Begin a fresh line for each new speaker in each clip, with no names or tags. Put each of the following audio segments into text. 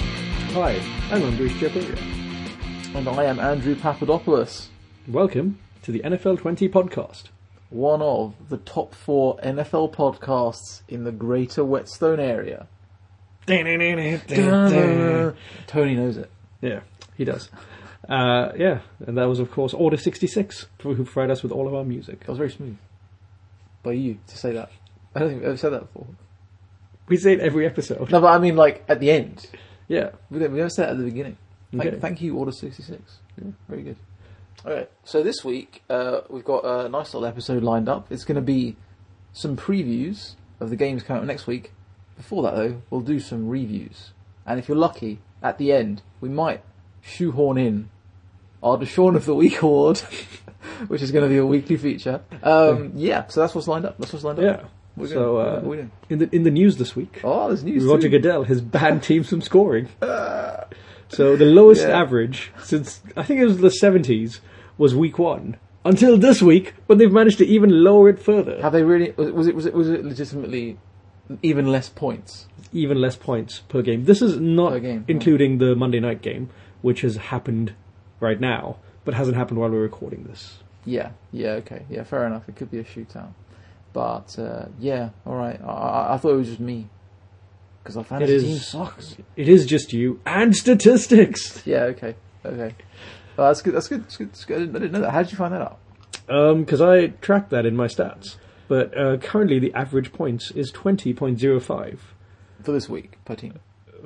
Hi, I'm Andrew Jabiria.
And I am Andrew Papadopoulos,
Welcome to the NFL 20 podcast.
one of the top four NFL podcasts in the greater Whetstone area. Tony knows it.
Yeah, he does. Uh, yeah, and that was, of course, Order 66, who provided us with all of our music.
That was very smooth by you to say that. I don't think I've ever said that before.
We say it every episode.
No, but I mean, like, at the end.
Yeah.
We don't, we don't say that at the beginning. Thank,
Okay.
thank you, Order 66. Very good. Alright, so this week uh, we've got a nice little episode lined up. It's going to be some previews of the games coming up next week. Before that, though, we'll do some reviews. And if you're lucky, at the end, we might shoehorn in our Deshaun of the Week award, which is going to be a weekly feature. Um, yeah, so that's what's lined up. That's what's lined up.
Yeah.
We're gonna-
So,
we're
uh,
gonna- we're gonna-
in the in the news this week,
Oh, there's news.
Roger
too.
Goodell has banned teams from scoring. So the lowest
Uh, Yeah.
average since I think it was the seventies was week one until this week when they've managed to even lower it further,
Have they really? Was was it? Was it? Was it legitimately even less points?
even less points per game. This is
Per
not
game, yeah.
including the Monday night game, which has happened right now, but hasn't happened while we're recording this.
Yeah, yeah, okay, yeah, fair enough. It could be a shootout, but uh, yeah, all right. I, I, I thought it was just me because our fantasy
is-
team sucks.
It is just you and statistics.
Yeah, okay, okay. Well, that's good. That's good. That's good. That's good. I, didn't, I didn't know that. How did you find that out?
Um, 'cause because I tracked that in my stats. But uh, currently, the average points is twenty point zero five
For this week per team.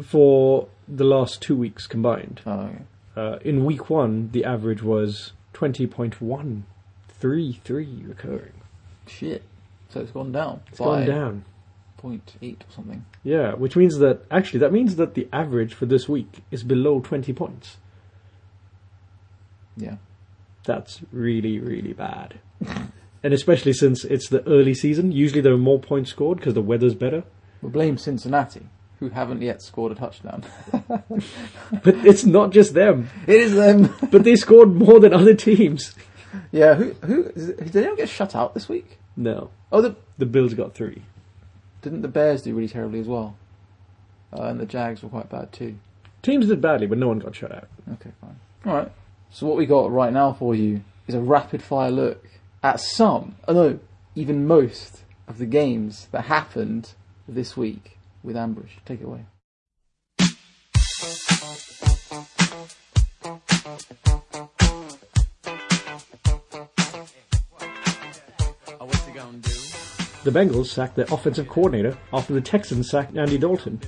for the last two weeks combined.
Oh, okay.
Uh, in week one, the average was twenty point one three three recurring.
Shit. So it's gone down
It's gone
by
down.
point eight or something.
Yeah, which means that actually that means that the average for this week is below twenty points.
Yeah.
That's really really bad. And especially since it's the early season, usually there are more points scored because the weather's better.
We blame Cincinnati, who haven't yet scored a touchdown.
But it's not just them.
it is them.
but they scored more than other teams.
yeah. Who? Who? Is it, did anyone get shut out this week?
No,
Oh, the
the Bills got three.
Didn't the Bears do really terribly as well? Uh, and the Jags were quite bad too.
Teams did badly, but no one got shut out.
Okay, fine. All right. So what we got right now for you is a rapid fire look at some, oh no, even most of the games that happened this week with Ambush. Take it away.
The Bengals sacked their offensive coordinator after the Texans sacked Andy Dalton.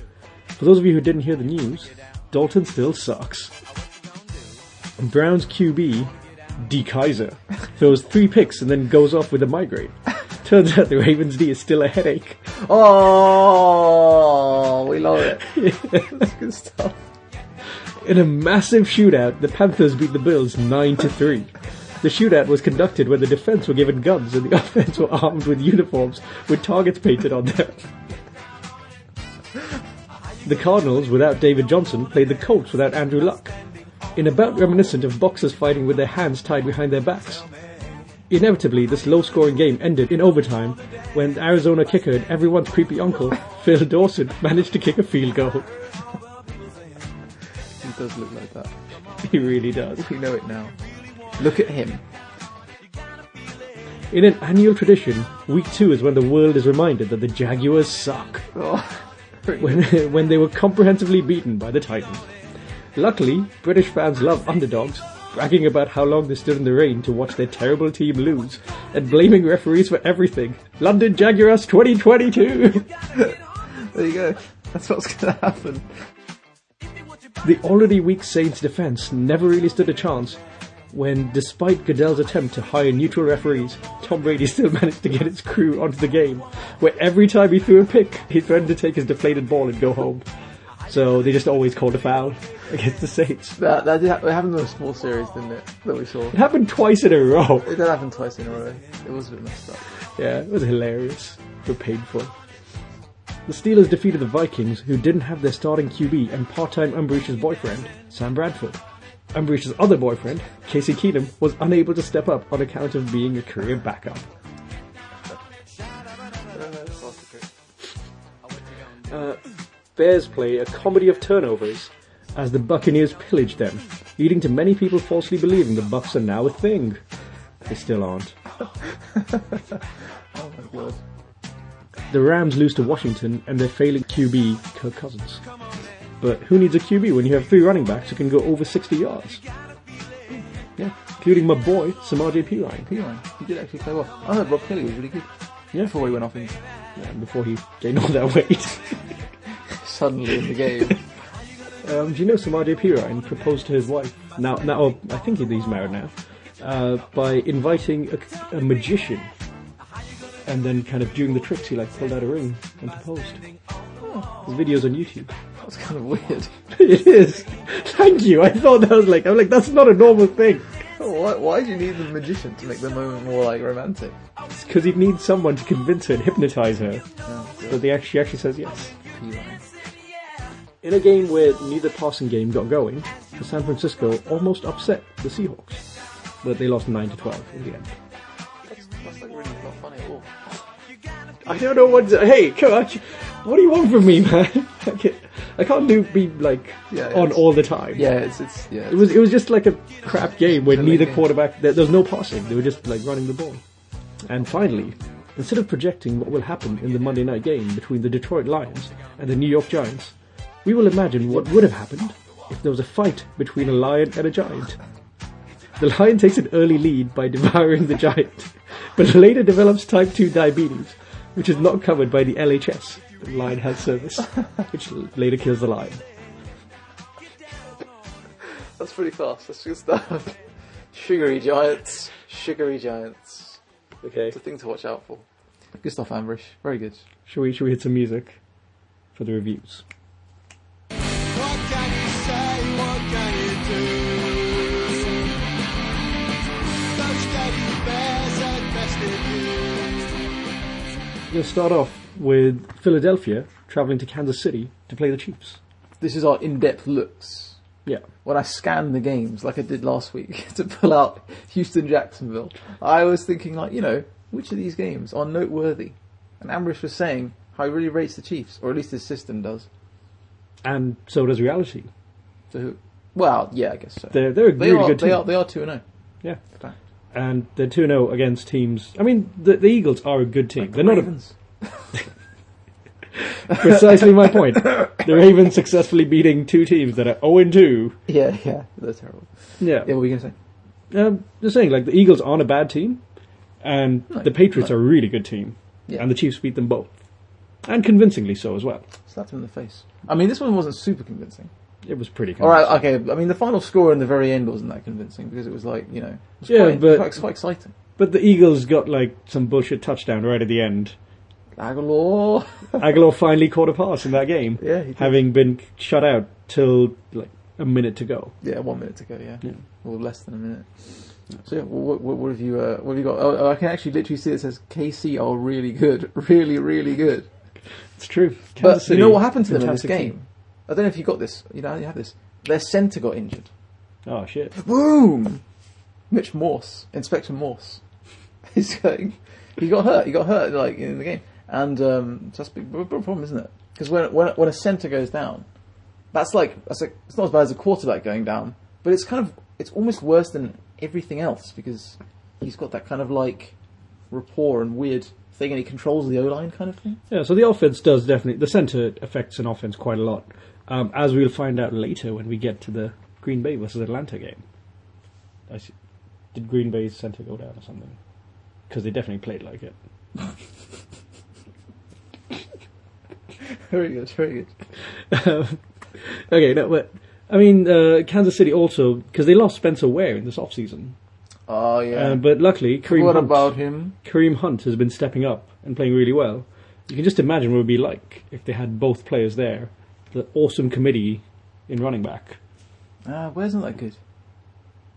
For those of you who didn't hear the news, Dalton still sucks. And Browns QB, D. Kaiser, throws three picks and then goes off with a migraine. Turns out the Ravens D is still a headache.
Oh, we love it. That's good stuff.
In a massive shootout, the Panthers beat the Bills 9 to 3. The shootout was conducted when the defense were given guns and the offense were armed with uniforms with targets painted on them. The Cardinals, without David Johnson, played the Colts without Andrew Luck, in a bout reminiscent of boxers fighting with their hands tied behind their backs. Inevitably, this low scoring game ended in overtime when the Arizona kicker and everyone's creepy uncle, Phil Dawson, managed to kick a field goal.
He does look like that.
He really does.
We know it now. Look at him.
In an annual tradition, week two is when the world is reminded that the Jaguars suck,
Oh,
when, when they were comprehensively beaten by the Titans. Luckily, British fans love underdogs, bragging about how long they stood in the rain to watch their terrible team lose, and blaming referees for everything. London Jaguars 2022!
there you go. That's what's going to happen.
The already weak Saints defense never really stood a chance when, despite Goodell's attempt to hire neutral referees, Tom Brady still managed to get his crew onto the game, where every time he threw a pick, he threatened to take his deflated ball and go home. So they just always called a foul against the Saints.
That, that did, ha- it happened in a small series, didn't it? That we saw.
It happened twice in a row.
It did happen twice in a row. It was a bit messed up.
Yeah, it was hilarious, but painful. The Steelers defeated the Vikings, who didn't have their starting QB and part-time Umbreach's boyfriend, Sam Bradford. Umbreach's other boyfriend, Casey Keenum, was unable to step up on account of being a career backup. Uh, Bears play a comedy of turnovers as the Buccaneers pillaged them, leading to many people falsely believing the Bucks are now a thing. They still aren't.
Oh my god.
The Rams lose to Washington and their failing QB, Kirk Cousins. But who needs a QB when you have three running backs who can go over 60 yards? Hmm, Yeah, including my boy, Samaj P. Ryan,
P line. He did actually play well. I heard Rob Kelly was really good.
Yeah.
Before he went off and
yeah, before he gained all that weight.
suddenly in the game.
Um, do you know Samaj P. Ryan proposed to his wife, now, now oh, I think he's married now, uh, by inviting a, a magician. And then, kind of during the tricks, he like pulled out a ring and proposed. There's videos on YouTube.
that was kind of weird.
It is. Thank you. I thought that was like I'm like that's not a normal thing.
Oh, why, why do you need the magician to make the moment more like romantic?
It's because he'd need someone to convince her and hypnotize her.
Oh,
But the, she actually says yes.
P line.
In a game where neither passing game got going, the San Francisco almost upset the Seahawks, but they lost nine to twelve in the end.
That's, that's like really not funny at all.
I don't know what. To, hey, come on! What do you want from me, man? I can't, I can't do be like
Yeah,
on
it's-
all the time.
Yeah, it's it's yeah.
It was it was just like a crap game where
It's a late
neither
game.
quarterback there, there was no passing. They were just like running the ball. And finally, instead of projecting what will happen in the Monday night game between the Detroit Lions and the New York Giants, we will imagine what would have happened if there was a fight between a lion and a giant. The lion takes an early lead by devouring the giant, but later develops type 2 diabetes, which is not covered by the LHS, the Lion Health Service, which later kills the lion.
That's pretty fast. That's good stuff. Sugary giants. Sugary giants.
Okay.
It's a thing to watch out for. Good stuff, Ambrish. Very good.
Shall we, shall we hit some music for the reviews?
What can you say? What can you do? Those teddy bears at best of you.
We're going to start off with Philadelphia traveling to Kansas City to play the Chiefs.
This is our in-depth looks.
Yeah.
When I scanned the games, like I did last week, to pull out Houston Jacksonville, I was thinking, like, you know, which of these games are noteworthy? And Ambrish was saying how he really rates the Chiefs, or at least his system does.
And so does reality.
So, who? Well, yeah, I guess so.
They're, they're a
They
really
are,
good
they
team.
are. They are two and oh. zero.
Yeah.
Fact.
And they're 2 0 against teams. I mean, the, the Eagles are a good team. They're not a,
Ravens.
precisely my point. The Ravens successfully beating two teams that are 0 2.
Yeah, yeah, they're terrible.
Yeah.
Yeah, what were you gonna say?
Um, just saying, like, the Eagles aren't a bad team, and
No,
the Patriots
no.
are a really good team.
Yeah.
And the Chiefs beat them both. And convincingly so as well.
Slapped him in the face. I mean, this one wasn't super convincing.
It was pretty
All
convincing.
right, okay. I mean, the final score in the very end wasn't that convincing because it was like you know, it was
Yeah,
quite,
but-
quite, quite exciting.
But the Eagles got like some bullshit touchdown right at the end.
Aguilar,
Aguilar finally caught a pass in that game,
yeah, he did.
having been shut out till like a minute to go.
yeah, one minute to go, yeah,
Yeah.
or less than a minute. So yeah, what, what, what have you? Uh, what have you got? Oh, oh, I can actually literally see it says KC are really good, really, really good.
It's true.
But
Kansas
you
City,
know what happened to them in this
fantastic
game? I don't know if you got this. You know, you have this. Their centre got injured.
team. Oh shit!
Boom! Mitch Morse, Inspector Morse. He's going. He got hurt. He got hurt like in the game, and um, that's a big big problem, isn't it? Because when when when a centre goes down, that's like that's like, it's not as bad as a quarterback going down, but it's kind of it's almost worse than everything else because he's got that kind of like rapport and weird thing, and he controls the O line kind of thing.
Yeah, so the offense does definitely the center affects an offense quite a lot, um, as we'll find out later when we get to the Green Bay versus Atlanta game. I see. Did Green Bay's center go down or something? Because they definitely played like it.
very good, very good.
Um, okay, no, but I mean uh, Kansas City also because they lost Spencer Ware in this offseason.
Oh yeah.
Uh, but luckily, Kareem
what
Hunt,
about him?
Kareem Hunt has been stepping up and playing really well. You can just imagine what it would be like if they had both players there. The awesome committee in running back.
Ah, where isn't that good?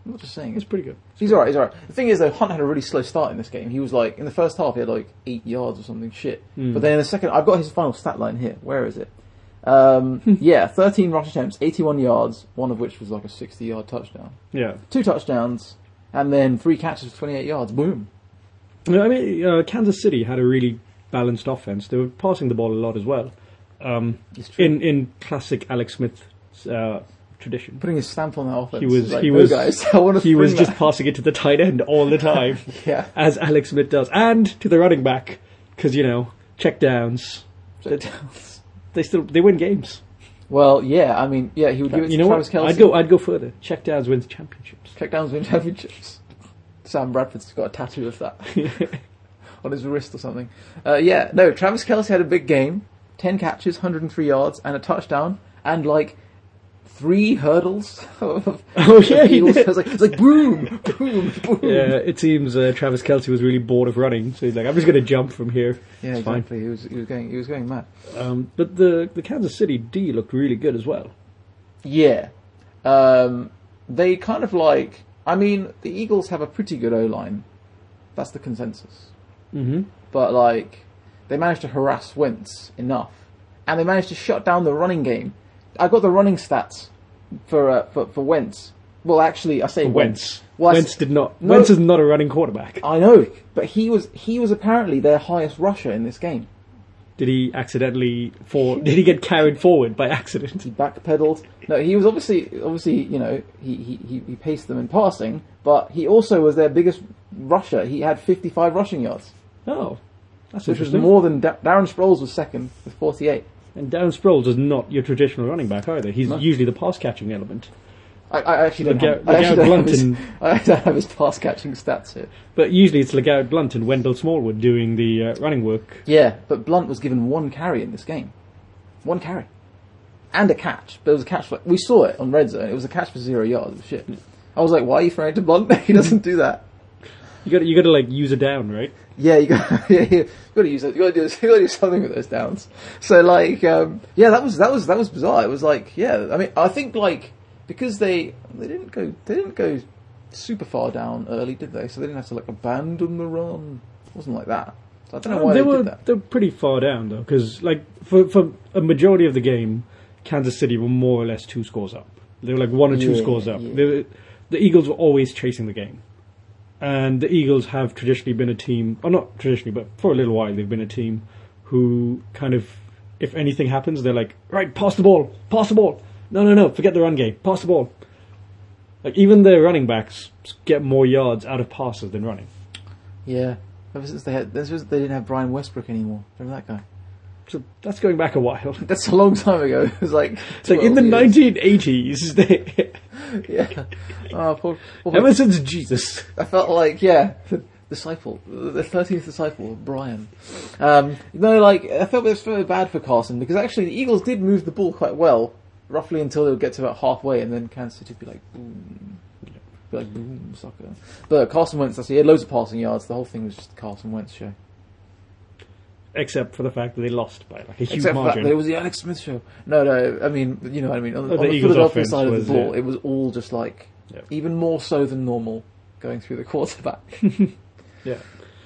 I'm not just saying.
It's pretty good.
He's alright, he's alright. The thing is though, Hunt had a really slow start in this game. He was like, in the first half he had like eight yards or something shit.
Mm.
But then in the second, I've got his final stat line here. Where is it? Um, yeah, 13 rush attempts, 81 yards, one of which was like a 60 yard touchdown.
Yeah.
Two touchdowns, and then three catches for 28 yards. Boom.
No, I mean, uh, Kansas City had a really balanced offense. They were passing the ball a lot as well. Um,
It's true.
in in classic Alex Smith uh, tradition.
Putting his stamp on that offense.
He was,
Like,
he
"No,
was,
guys. I want to.
he was
spring
just passing it to the tight end all the time,
back." yeah.
as Alex Smith does, and to the running back, because you know check downs. They still they win games.
Well, yeah. I mean, yeah. He would give it
Uh, you
to
know
Travis
what?
Kelsey.
I'd go. I'd go further. Check downs wins championships.
Checkdowns win championships. Sam Bradford's got a tattoo of that on his wrist or something. Uh, yeah, no, Travis Kelsey had a big game 10 catches, 103 yards, and a touchdown, and like three hurdles. Of
Oh, yeah, he
Eagles.
did.
It's like, it's like boom, boom, boom.
Yeah, it seems uh, Travis Kelsey was really bored of running, so he's like, "I'm just going to jump from here."
Yeah,
It's fine.
exactly. He was, he, was going, he was going mad.
Um, but the the Kansas City D looked really good as well.
Yeah. Um, they kind of like. I mean, the Eagles have a pretty good O line. That's the consensus.
Mm-hmm.
but like they managed to harass Wentz enough, and they managed to shut down the running game. I got the running stats for uh, for for Wentz. Well, actually, I say
Wentz.
Well, I
Wentz
s-
did not.
No.
Wentz is not a running quarterback.
I know, but he was he was apparently their highest rusher in this game.
Did he accidentally fall? Did he get carried forward by accident?
He backpedaled. No, he was obviously obviously you know he he he, he paced them in passing, but he also was their biggest rusher. He had 55 rushing yards,
Oh, that's
which was
interesting.
more than da- Darren Sproles was second with 48.
And Darren Sproles is not your traditional running back either. He's
No.
usually the pass catching element.
I, I actually don't,
Gar-
have, I actually
Garrett
don't have his,
Blunt
I don't have his pass catching stats here.
But usually it's LeGarrette Blunt and Wendell Smallwood doing the uh, running work.
Yeah, but Blunt was given one carry in this game, one carry, and a catch. But it was a catch. For, we saw it on red zone. It was a catch for zero yards. It was shit. I was like, why are you throwing to Blunt? he doesn't do that.
You got you got to like use a down, right?
Yeah, you got yeah, yeah, you got to use it. You got to do this. You got to do something with those downs. So like, um, yeah, that was that was that was bizarre. It was like, yeah, I mean, I think like because they they didn't go they didn't go super far down early, did they? So they didn't have to like abandon the run. It wasn't like that. So I don't know why
they
Uh, they,
were
did that.
they're pretty far down though, because like for for a majority of the game, Kansas City were more or less two scores up. They were like one or two
Yeah,
scores up.
yeah.
They were, the Eagles were always chasing the game, and the Eagles have traditionally been a team, or not traditionally, but for a little while they've been a team who kind of, if anything happens, they're like, right, pass the ball, pass the ball. No, no, no, forget the run game, pass the ball. Like even their running backs get more yards out of passes than running.
Yeah. Ever since they had, this was, they didn't have Brian Westbrook anymore. Remember that guy?
So that's going back a while.
That's a long time ago. It was like
It's like in the
12 years.
1980s, they,
Yeah. Oh, poor, poor-
ever since Jesus,
I felt like, yeah, the disciple, the thirteenth disciple, Brian. Um, no, like I felt it was very bad for Carson because actually the Eagles did move the ball quite well, roughly until they would get to about halfway, and then Kansas City would be like, boom, be like boom, soccer. But Carson Wentz, actually, he had loads of passing yards. The whole thing was just Carson Wentz show.
except for the fact that they lost by like a huge
Except for that,
margin.
that it was the Alex Smith show. No, no, I mean, you know what I mean. On,
the
on the
Eagles'
Philadelphia
offense
side of
was,
the ball,
yeah.
it was all just like
Yeah.
even more so than normal going through the quarterback.
yeah.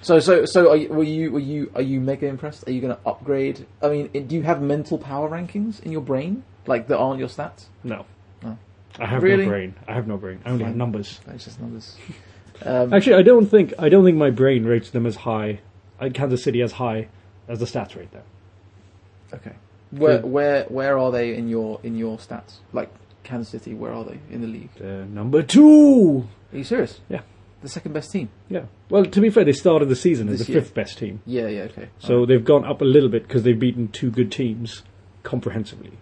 So, so, so, are you, were you, were you, are you mega impressed? Are you going to upgrade? I mean, i- do you have mental power rankings in your brain, like that aren't your stats?
No,
No.
I have
Really?
no brain. I have no brain. I only have
Fine.
numbers.
That's just numbers. Um,
Actually, I don't think I don't think my brain rates them as high. uh, Kansas City as high as the stats rate them.
okay. Where,
Yeah.
where, where are they in your in your stats? Like Kansas City, where are they in the league?
They're number two.
Are you serious?
Yeah.
The second best team.
Yeah. Well, to be fair, they started the season as
This
the
year.
fifth best team,
Yeah, yeah, okay.
so
Alright.
they've gone up a little bit because they've beaten two good teams comprehensively.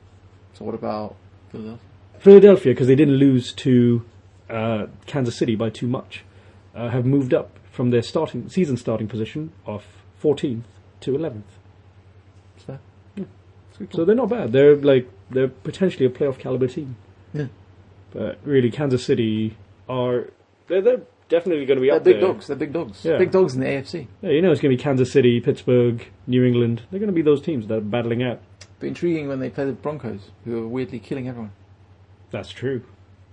so what about Philadelphia?
Philadelphia, because they didn't lose to uh, Kansas City by too much, uh, have moved up from their starting season starting position of 14th to 11th.
Is there?
So they're not bad. They're like they're potentially a playoff caliber team.
Yeah.
But really, Kansas City are they're, they're definitely going to be
They're
up
big
there.
dogs. They're big dogs.
Yeah.
Big dogs in the AFC.
Yeah, you know it's going to be Kansas City, Pittsburgh, New England. They're going to be those teams that are battling out.
But intriguing when they play the Broncos, who are weirdly killing everyone.
That's true.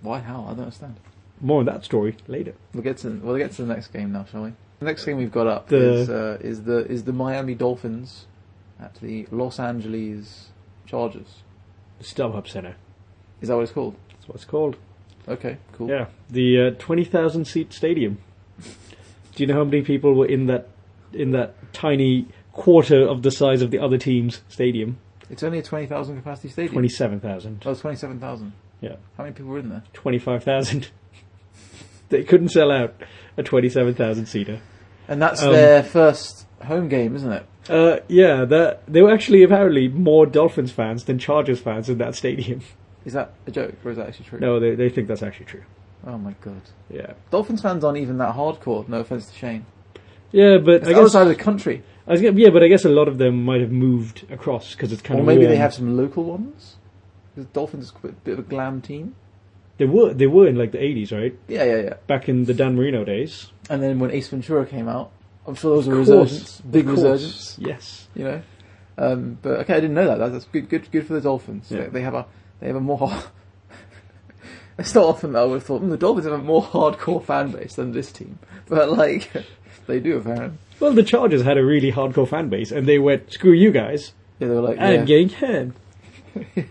Why? How? I don't understand.
More on that story later.
We'll get to we'll get to the next game now, shall we? The next game we've got up
The-
is uh, is the is the Miami Dolphins at the Los Angeles Chargers.
The StubHub Center.
Is that what it's called?
That's what it's called.
Okay, cool.
Yeah, the uh, twenty thousand seat stadium. Do you know how many people were in that in that tiny quarter of the size of the other team's stadium?
It's only a twenty thousand capacity stadium.
Twenty seven thousand.
Oh, it's twenty-seven thousand.
Yeah.
How many people were in there?
25,000. they couldn't sell out a 27,000 seater.
And that's
Um,
their first home game, isn't it?
Uh, yeah, that there were actually apparently more Dolphins fans than Chargers fans in that stadium.
Is that a joke or is that actually true?
No, they they think that's actually true.
Oh my god.
Yeah,
Dolphins fans aren't even that hardcore. No offense to Shane.
yeah, but
It's
I
the other
guess, I
side of the country.
was gonna- yeah, but I guess a lot of them might have moved across because it's kind
Or
of
maybe they
warm.
have some local ones. The Dolphins is a bit of a glam team.
They were they were in like the eighties, right?
Yeah, yeah, yeah.
Back in the Dan Marino days.
And then when Ace Ventura came out, I'm sure there was a
Of course,
resurgence, big
Of course,
resurgence.
Yes.
You know, um, but okay, I didn't know that. That's- That's good, good, good for the Dolphins.
Yeah.
They, they have a, they have a more. it's not often that I would have thought mm, the Dolphins have a more hardcore fan base than this team, but like they do apparently.
Well, the Chargers had a really hardcore fan base, and they went, "Screw you guys,
Yeah, they were like,
I'm
yeah.
getting canned."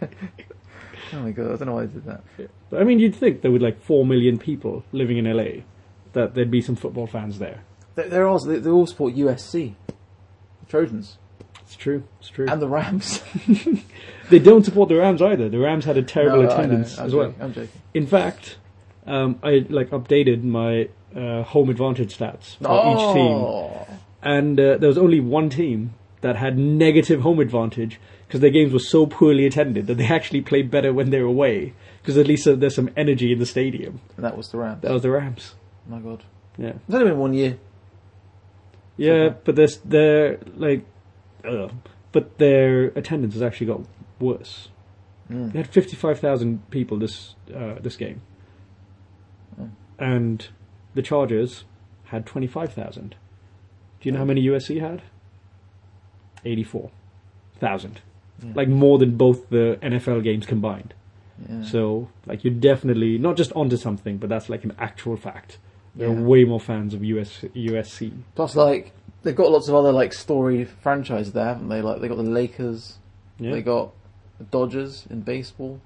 oh my god, I don't know why I did that.
I mean, you'd think there were like four million people living in LA, that there'd be some football fans there.
They, they're also, they, they all support USC, the Trojans,
It's true. It's true.
and the Rams.
They don't support the Rams either. The Rams had a terrible
No, I know,
attendance
I'm
as well.
joking, I'm joking.
In fact, um, I like updated my uh, home advantage stats for each team,
oh,
and uh, there was only one team that had negative home advantage because their games were so poorly attended that they actually played better when they were away because at least uh, there's some energy in the stadium.
and that was the Rams.
That was the Rams.
my god,
Yeah,
it's only been one year.
yeah,
Okay.
but there's their like, uh, but their attendance has actually got worse.
Mm.
They had fifty-five thousand people this uh, this game, Hmm.
Oh.
and the Chargers had twenty-five thousand. Do you know how
Oh.
many USC had? Eighty-four thousand,
Yeah.
like more than both the NFL games combined.
Yeah.
So, like, you're definitely not just onto something, but that's like an actual fact. There
Yeah.
are way more fans of US, USC.
Plus, like they've got lots of other like story franchises there, haven't they? Like they got the Lakers,
Yeah,
they got the Dodgers in baseball.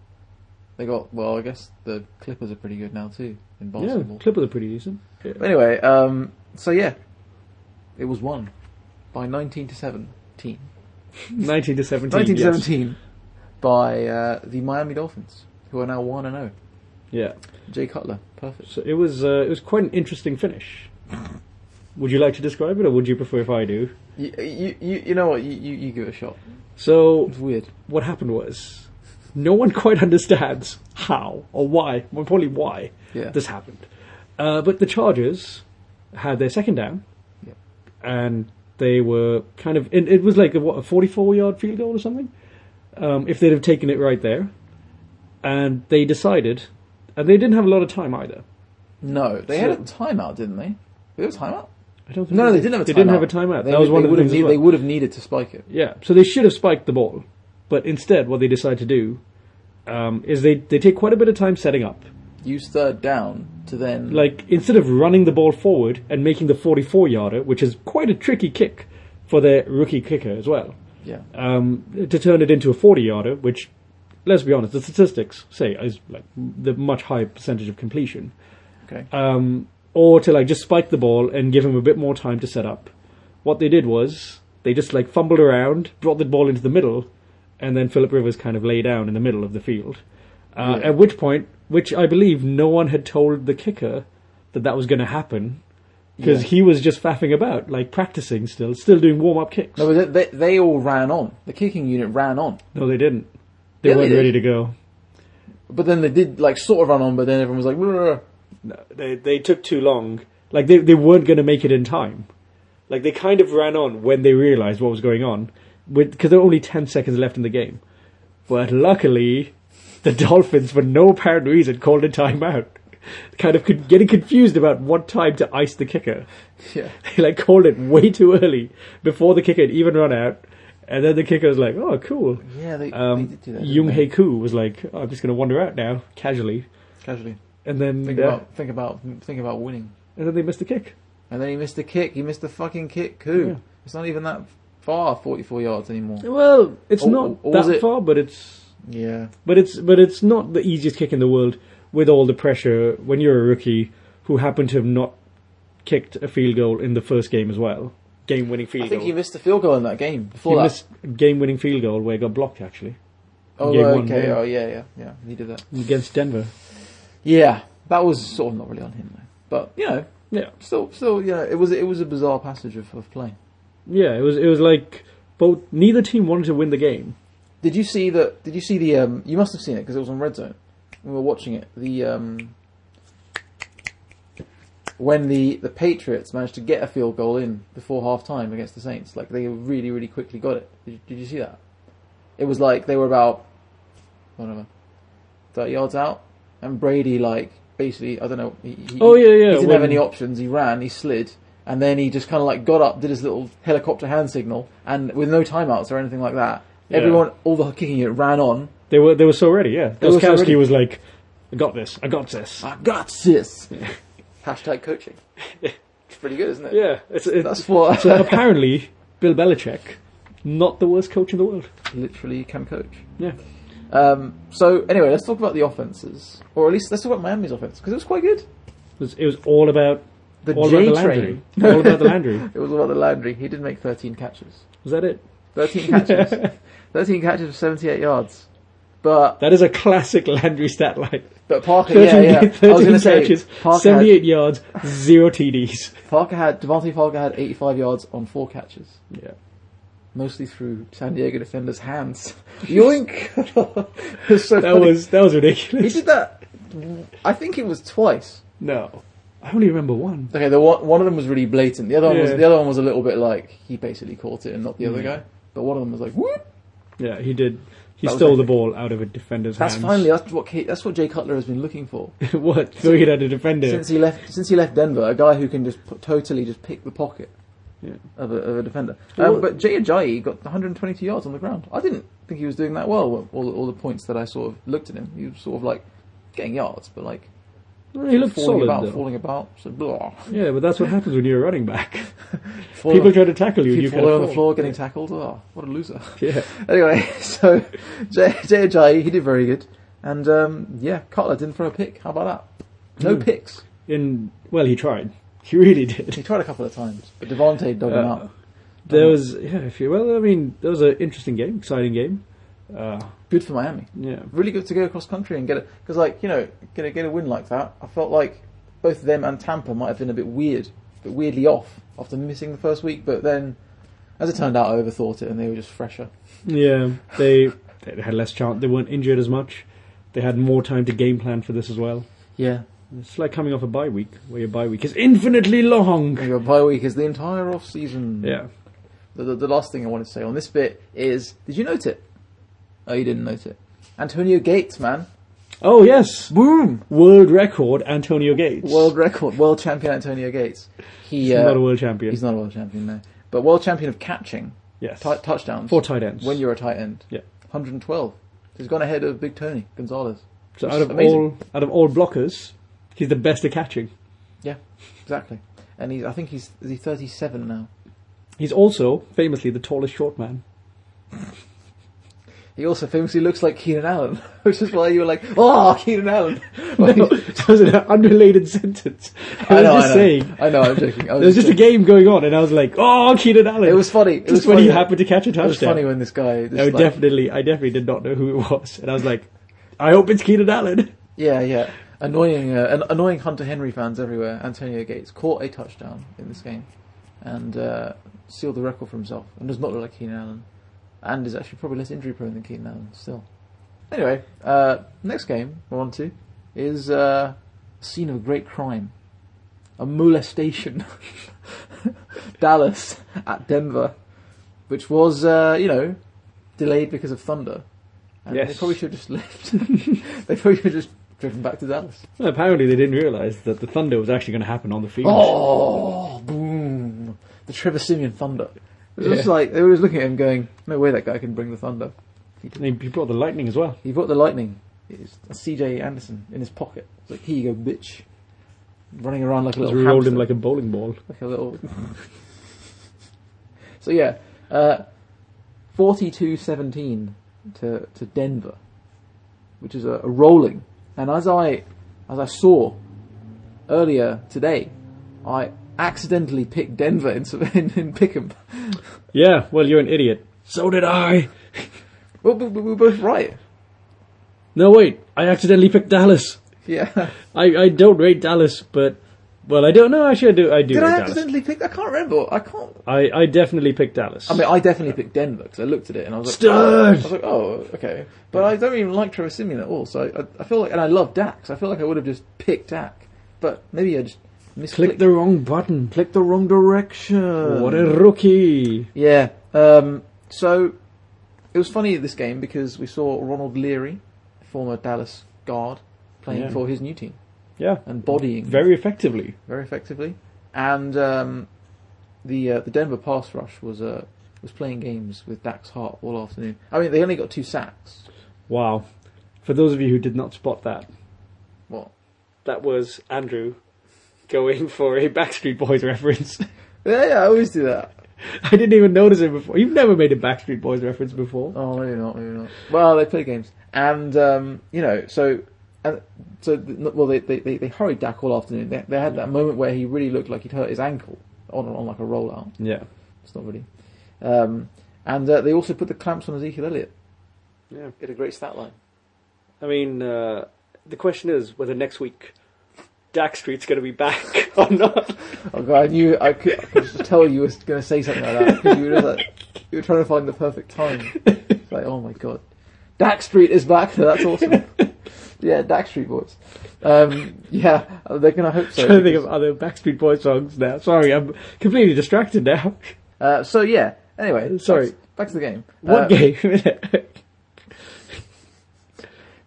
They got well, I guess the Clippers are pretty good now too in
yeah,
basketball.
Clippers are pretty decent. Yeah.
But anyway, um, so yeah, it was won by nineteen to seventeen.
Nineteen to seventeen.
Nineteen to
yes.
seventeen by uh, the Miami Dolphins, who are now one and zero.
Yeah.
Jay Cutler, perfect.
So it was uh, it was quite an interesting finish. Would you like to describe it, or would you prefer if I do?
You you you, you know what? You, you you give it a shot.
So
It's weird.
what happened was, no one quite understands how or why, more importantly, why
Yeah.
this happened. Uh, but the Chargers had their second down,
Yep.
and they were kind of it, it was like a, what a forty-four yard field goal or something. Um, if they'd have taken it right there, and they decided, and they didn't have a lot of time either.
No, they had a
So-
timeout, didn't they? Did they have a timeout?
I don't think
No, no, they didn't have a timeout.
They didn't have a timeout.
They-
that was
they
one of the
would have
things. as
need-
well.
They would have needed to spike it.
Yeah, so they should have spiked the ball, but instead, what they decide to do um, is they they take quite a bit of time setting up.
Use third down to then.
Like instead of running the ball forward and making the 44 yarder, which is quite a tricky kick for their rookie kicker as well,
yeah.
um, to turn it into a 40 yarder, which let's be honest, the statistics say is like the much higher percentage of completion
Okay.
um, or to like just spike the ball and give him a bit more time to set up. What they did was they just like fumbled around, brought the ball into the middle, and then Philip Rivers kind of lay down in the middle of the field. Uh,
Yeah.
At which point, which I believe no one had told the kicker that that was going to happen because
Yeah.
he was just faffing about, like practicing still, still doing warm up kicks.
no, but they, they, they all ran on. The kicking unit ran on,
No, they didn't. They
Yeah, they
weren't
did.
ready to go.
but then they did like sort of run on, but then everyone was like, "Rrr."
No, they they took too long. Like they they weren't going to make it in time. Like they kind of ran on when they realized what was going on, because there were only ten seconds left in the game. But luckily, the Dolphins, for no apparent reason, called a timeout. Kind of con- getting confused about what time to ice the kicker.
yeah,
They like called it way too early before the kicker had even run out, and then the kicker was like, "Oh, cool."
yeah." They, they
Um,
did do that. didn't
Jung
they?
Hae Koo was like, "I'm just going to wander out now, casually,"
casually.
and then
Think
uh,
about, think about, think about winning.
and then they missed the kick.
And then he missed the kick. He missed the fucking kick. Coup.
Yeah.
It's not even that far, forty-four yards anymore.
Well, it's
Or-
not
or was
that
it-
far, but it's
Yeah.
but it's but it's not the easiest kick in the world with all the pressure when you're a rookie who happened to have not kicked a field goal in the first game as well, game-winning
I
field
think
goal.
he missed the field goal in that game. Before
He
that,
missed a game-winning field goal where he got blocked actually.
Oh,
Game one,
okay.
yeah.
Oh, yeah, yeah, yeah. He did that.
against Denver.
Yeah, that was sort of not really on him though. But you know,
Yeah,
still, still, you know, it was it was a bizarre passage of, of play.
yeah. It was it was like both. Neither team wanted to win the game.
Did you see the? Did you see the? Um, you must have seen it because it was on Red Zone. We were watching it. The um, when the the Patriots managed to get a field goal in before half time against the Saints, like they really really quickly got it. Did, did you see that? It was like they were about whatever thirty yards out, and Brady like basically I don't know. He, he,
Oh, yeah, yeah,
He didn't
when-
have any options. He ran. He slid. And then he just kind of like got up, did his little helicopter hand signal, and with no timeouts or anything like that,
Yeah.
everyone all the kicking it ran on.
They were they were so ready. Yeah,
They were so
Goskowski
ready. Ah.
was like, "I got this. I got this."
I got this. Hashtag coaching. It's pretty good, isn't it?
Yeah, it's, it's
That's what
so apparently Bill Belichick, not the worst coach in the world.
literally can coach.
Yeah,
Um, so anyway, let's talk about the offenses, or at least let's talk about Miami's offense because it was quite good.
it was, it was all about
The
all
J
about the Landry.
train.
all about the Landry.
It was all about the Landry. He did make 13 catches.
Was that it?
13 catches. 13 catches for 78 yards. But
That is a classic Landry stat line.
but Parker,
13,
yeah, yeah. I was
13
going to say
catches,
Parker had,
78 yards, zero TDs.
Parker had Devontae Parker had 85 yards on four catches.
Yeah.
mostly through San Diego defenders' hands. Yoink! It's so
That
funny.
was that was
He
ridiculous.
did that. I think it was twice.
No, I only remember one.
Okay, the one, one of them was really blatant. The other one was
Yeah. Hmm.
the other one was a little bit like he basically caught it and not the other guy. But one of them was like, whoop!
Yeah, he did. He
That was
stole the
epic.
ball out of a defender's
That's
hands.
finally that's what Kate, that's what Jay Cutler has been looking for
what? So he had a defender.
since he left since he left Denver. A guy who can just put, totally just pick the pocket
Yeah.
of, a, of a defender.
Well-
Um, but Jay Ajayi got 122 yards on the ground. I didn't think he was doing that well. with All, all the points that I sort of looked at him, he was sort of like getting yards, but like
he looked
falling
solid.
about,
though.
falling about. So blah.
Yeah, but that's what happens when you're a running back.
Fall
People
on,
try to tackle you. and you
people
can't
fall on the
fall.
floor, getting tackled. Oh, what a loser.
Yeah.
anyway, so Jay, Jay Ajayi, he did very good, and um, yeah, Cutler didn't throw a pick. How about that? No
Hmm.
picks.
In well, he tried. He really did.
He tried a couple of times, but Devontae dug him
Uh,
up.
There
Um,
was yeah. If you, well, I mean, that was an interesting game, exciting game. Uh,
Good for Miami.
yeah.
really good to go across country and get a because like you know get a get a win like that. I felt like both them and Tampa might have been a bit weird, a bit weirdly off after missing the first week. But then, as it turned out, I overthought it and they were just fresher.
Yeah, they they had less chance. They weren't injured as much. They had more time to game plan for this as well.
Yeah,
It's like coming off a bye week, where your bye week is infinitely long.
your bye week is the entire off season.
Yeah,
The, the, the last thing I wanted to say on this bit is, did you note it? Oh, you didn't note it. Antonio Gates, man,
Oh yes,
boom,
world record Antonio Gates.
world record, world champion Antonio Gates. He uh,
not a world champion.
he's not a world champion no, but world champion of catching
yes,
t- touchdowns.
four tight ends.
when you're a tight end.
Yeah.
112. He's gone ahead of Big Tony Gonzalez.
so
which
out
is
of
amazing.
all out of all blockers, he's the best at catching.
Yeah, exactly. And he's, I think he's is he 37 now.
He's also famously the tallest short man.
He also famously looks like Keenan Allen, which is why you were like, oh, Keenan Allen.
No, that was an unrelated sentence. I was just
I know.
saying.
I know, I'm joking. I
There was just a
joking.
game going on, and I was like, "Oh, Keenan Allen!"
It was funny. It
Just
was
when
funny.
he happened to catch a
It was
touchdown.
funny when this guy. This
I would
like-
definitely, I definitely did not know who it was, and I was like, "I hope it's Keenan Allen."
Yeah, yeah. Annoying, uh, an- annoying Hunter Henry fans everywhere. Antonio Gates caught a touchdown in this game and uh, sealed the record for himself, and does not look like Keenan Allen, and is actually probably less injury prone than Keenan Allen still. Anyway, uh, next game we're on to is uh, a scene of great crime, a molestation. Dallas at Denver, which was uh, you know delayed because of thunder. And
Yes.
they probably should have just left. they probably should have just driven back to Dallas.
Well, apparently, they didn't realize that the thunder was actually going to happen on the field.
Oh, boom! The Trevor Simeon thunder. It was just
Yeah.
like they were just looking at him, going, "No way, that guy can bring the thunder."
And he brought the lightning as well.
He brought the lightning. It's C.J. Anderson in his pocket. It's like, here you go, bitch. Running around like a
Just
little
rolled him
hamster.
like a bowling ball.
like a little. so yeah, uh, 42-17 to to Denver, which is a, a rolling. And as I as I saw earlier today, I accidentally picked Denver in in, in Pickham.
Yeah, well, you're an idiot. So did I.
Well, we, we were both right.
No, wait, I accidentally picked Dallas.
Yeah.
I, I don't rate Dallas, but well, I don't know. Actually, I do. I do
Did
rate
I
Dallas.
accidentally pick? I can't remember. I can't.
I, I definitely picked Dallas.
I mean, I definitely picked Denver because I looked at it and I was like,
Stud!
oh. I was like, oh, okay. But I don't even like Trevor Simeon at all. So I- I, I feel like, and I love Dax. I feel like I would have just picked Dak, but maybe I just misclicked
clicked the wrong button.
clicked the wrong direction.
What a rookie!
Yeah. Um, so it was funny this game because we saw Ronald Leary, former Dallas guard, playing
Yeah.
for his new team
Yeah,
and bodying
very effectively.
very effectively. And um, the uh, the Denver pass rush was uh, was playing games with Dax Hart all afternoon. I mean, they only got two sacks.
Wow. For those of you who did not spot that,
What?
that was Andrew going for a Backstreet Boys reference.
Yeah, yeah, I always do that.
I didn't even notice it before. You've never made a Backstreet Boys reference before.
Oh, maybe not, maybe not. Well, they play games, and um, you know, so and so. th- Well, they they, they, they hurried Dak all afternoon. They, they had that moment where he really looked like he'd hurt his ankle on on like a rollout.
Yeah.
It's not really. Um, and uh, they also put the clamps on Ezekiel Elliott.
Yeah.
It a great stat line.
I mean, uh, the question is whether next week Dak Street's going to be back or not.
Oh god, I knew I could, I could just tell you were going to say something like that. 'cause You were, just like, you were trying to find the perfect time. It's like, oh my god, Dak Street is back. That's awesome. Yeah, Dak Street Boys. Um, yeah, they're going to hope so.
trying to think of other Backstreet Boys songs now. Sorry, I'm completely distracted now.
Uh, so yeah. Anyway,
Sorry.
back, back to the game.
What
Uh,
game?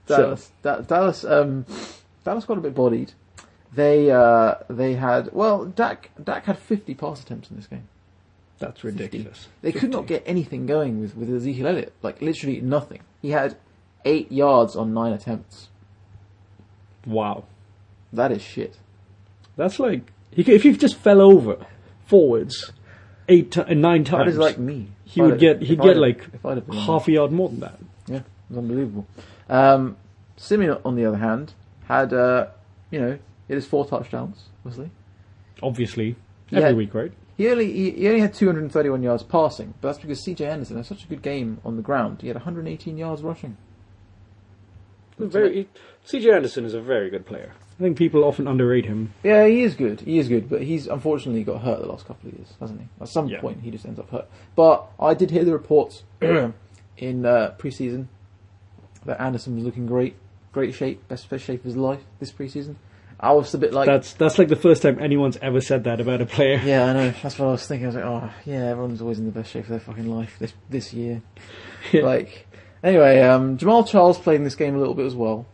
Dallas. Da- Dallas. Um, Dallas got a bit bodied. They uh, they had well, Dak Dak had fifty pass attempts in this game.
That's ridiculous.
They could not get anything going with, with Ezekiel Elliott. Like literally nothing. He had eight yards on nine attempts.
Wow.
That is shit.
That's like he could, if he just fell over forwards eight ti- uh, nine times.
That is like me.
he
If
would
I'd-
get he'd
if
get
I'd-
like
if I'd have been-
half a yard more than that.
Yeah, it was unbelievable. Um, Simeon, on the other hand, had uh, you know it is four touchdowns. Obviously,
Obviously,
Yeah.
every week, right?
He only he, he only had 231 yards passing, but that's because C.J. Anderson had such a good game on the ground. He had 118 yards rushing.
Very, C.J. Anderson is a very good player. I think people often underrate him.
Yeah, he is good. He is good, but he's unfortunately got hurt the last couple of years, hasn't he? At some
Yeah.
point, he just ends up hurt. But I did hear the reports in uh, preseason that Anderson was looking great, great shape, best best shape of his life this preseason. I was a bit like,
That's that's like the first time anyone's ever said that about a player.
yeah, I know. That's what I was thinking. I was like, oh yeah, everyone's always in the best shape of their fucking life this this year. like anyway, um, Jamal Charles played in this game a little bit as well,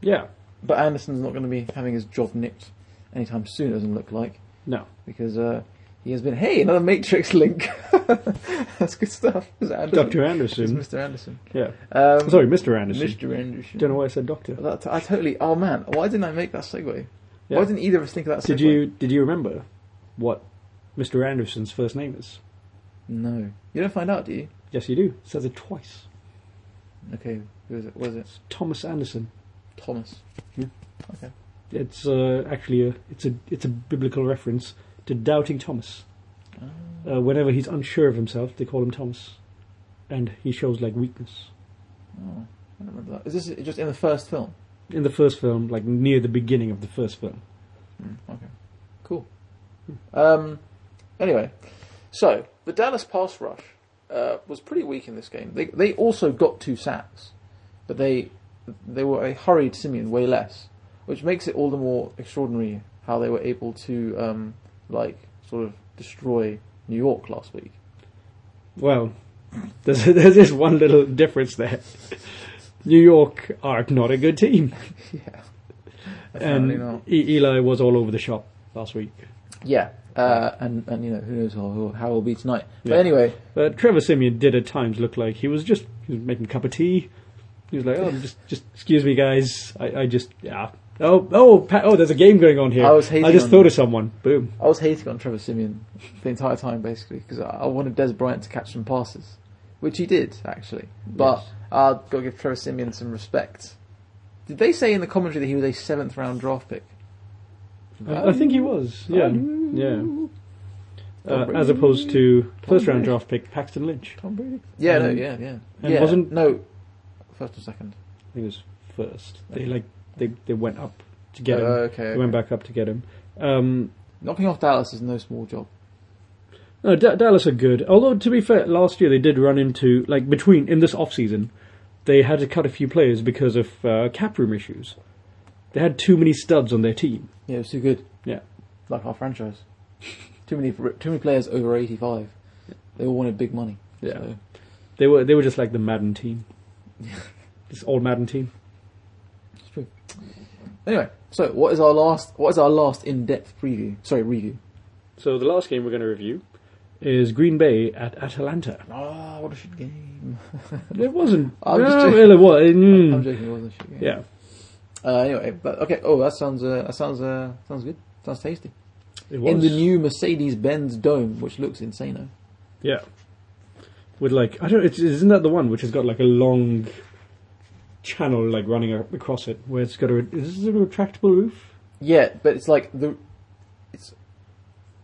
Yeah.
but Anderson's not going to be having his job nicked anytime soon. It doesn't look like
No.
because uh, he has been. Hey, another Matrix link. That's good stuff. It's Anderson.
Dr.
It's
Anderson.
Mr. Anderson.
Yeah.
Um,
Sorry, Mr. Anderson.
Mr. Anderson.
Don't know why I said doctor.
That, I totally. Oh man, why didn't I make that segue?
Yeah.
Why didn't either of us think of that? Segue?
Did you did you remember what Mr. Anderson's first name is?
No, you don't find out, do you?
Yes, you do. It says it twice.
Okay, who was it? Was it
It's Thomas Anderson.
Thomas?
It's uh, actually a it's a it's a biblical reference to doubting Thomas.
Ah.
Uh, whenever he's unsure of himself, they call him Thomas, and he shows like weakness.
Oh, I don't remember that. Is this just in the first film?
In the first film, like near the beginning of the first film,
Hmm, Okay. Cool. Um, anyway, so the Dallas pass rush uh, was pretty weak in this game. They they also got two sacks, but they they were a hurried Simeon way less, which makes it all the more extraordinary how they were able to um, like sort of destroy New York last week.
well, there's there's this one little difference there. New York are not a good team,
Yeah. Apparently
and
not.
E- Eli was all over the shop last week.
Yeah. Uh, and and you know who knows how how it'll be tonight. But
Yeah.
anyway,
But Trevor Simeon did at times look like he was just he was making a cup of tea. He was like, "Oh, just just excuse me, guys. I, I just yeah. Oh oh pa- oh, there's a game going on here.
I was hating
I just
on
thought
you.
of someone. Boom.
I was hating on Trevor Simeon the entire time, basically, because I I wanted Des Bryant to catch some passes, which he did actually. But
Yes.
I've got to give Trevor Simeon some respect. Did they say in the commentary that he was a seventh round draft pick?
I, I think he was. Yeah,
Value.
yeah. Uh,
Tom
as
Brady.
opposed to first round
Brady.
draft pick Paxton Lynch.
Yeah, no,
Um,
yeah, yeah.
and
yeah,
wasn't-
no first or second?
I think it was first. They like they they went up to get
Oh,
him.
okay,
They
okay.
went back up to get him. Um,
Knocking off Dallas is no small job.
no, Da Dallas are good. Although to be fair, last year they did run into like between in this off season, they had to cut a few players because of uh, cap room issues. They had too many studs on their team.
Yeah, it's too good.
Yeah.
Like our franchise. too many too many players over 85. They all wanted big money.
Yeah.
So,
They were they were just like the Madden team. this old Madden team.
it's true. Anyway, so what is our last what is our last in-depth preview? Sorry, review.
So the last game we're going to review is Green Bay at Atalanta.
Ah, what a shit game.
It wasn't.
I'm just
No,
joking.
really, what? mm.
I'm joking, it wasn't a shit game.
Yeah,
Hmm. Uh, anyway, but okay. Oh, that sounds uh, that sounds uh, sounds good. Sounds tasty.
it
In the new Mercedes-Benz dome, which looks insane.
Yeah. With like I don't it's, isn't that the one which has got like a long channel like running a- across it where it's got a is this a retractable roof?
Yeah, but it's like the it's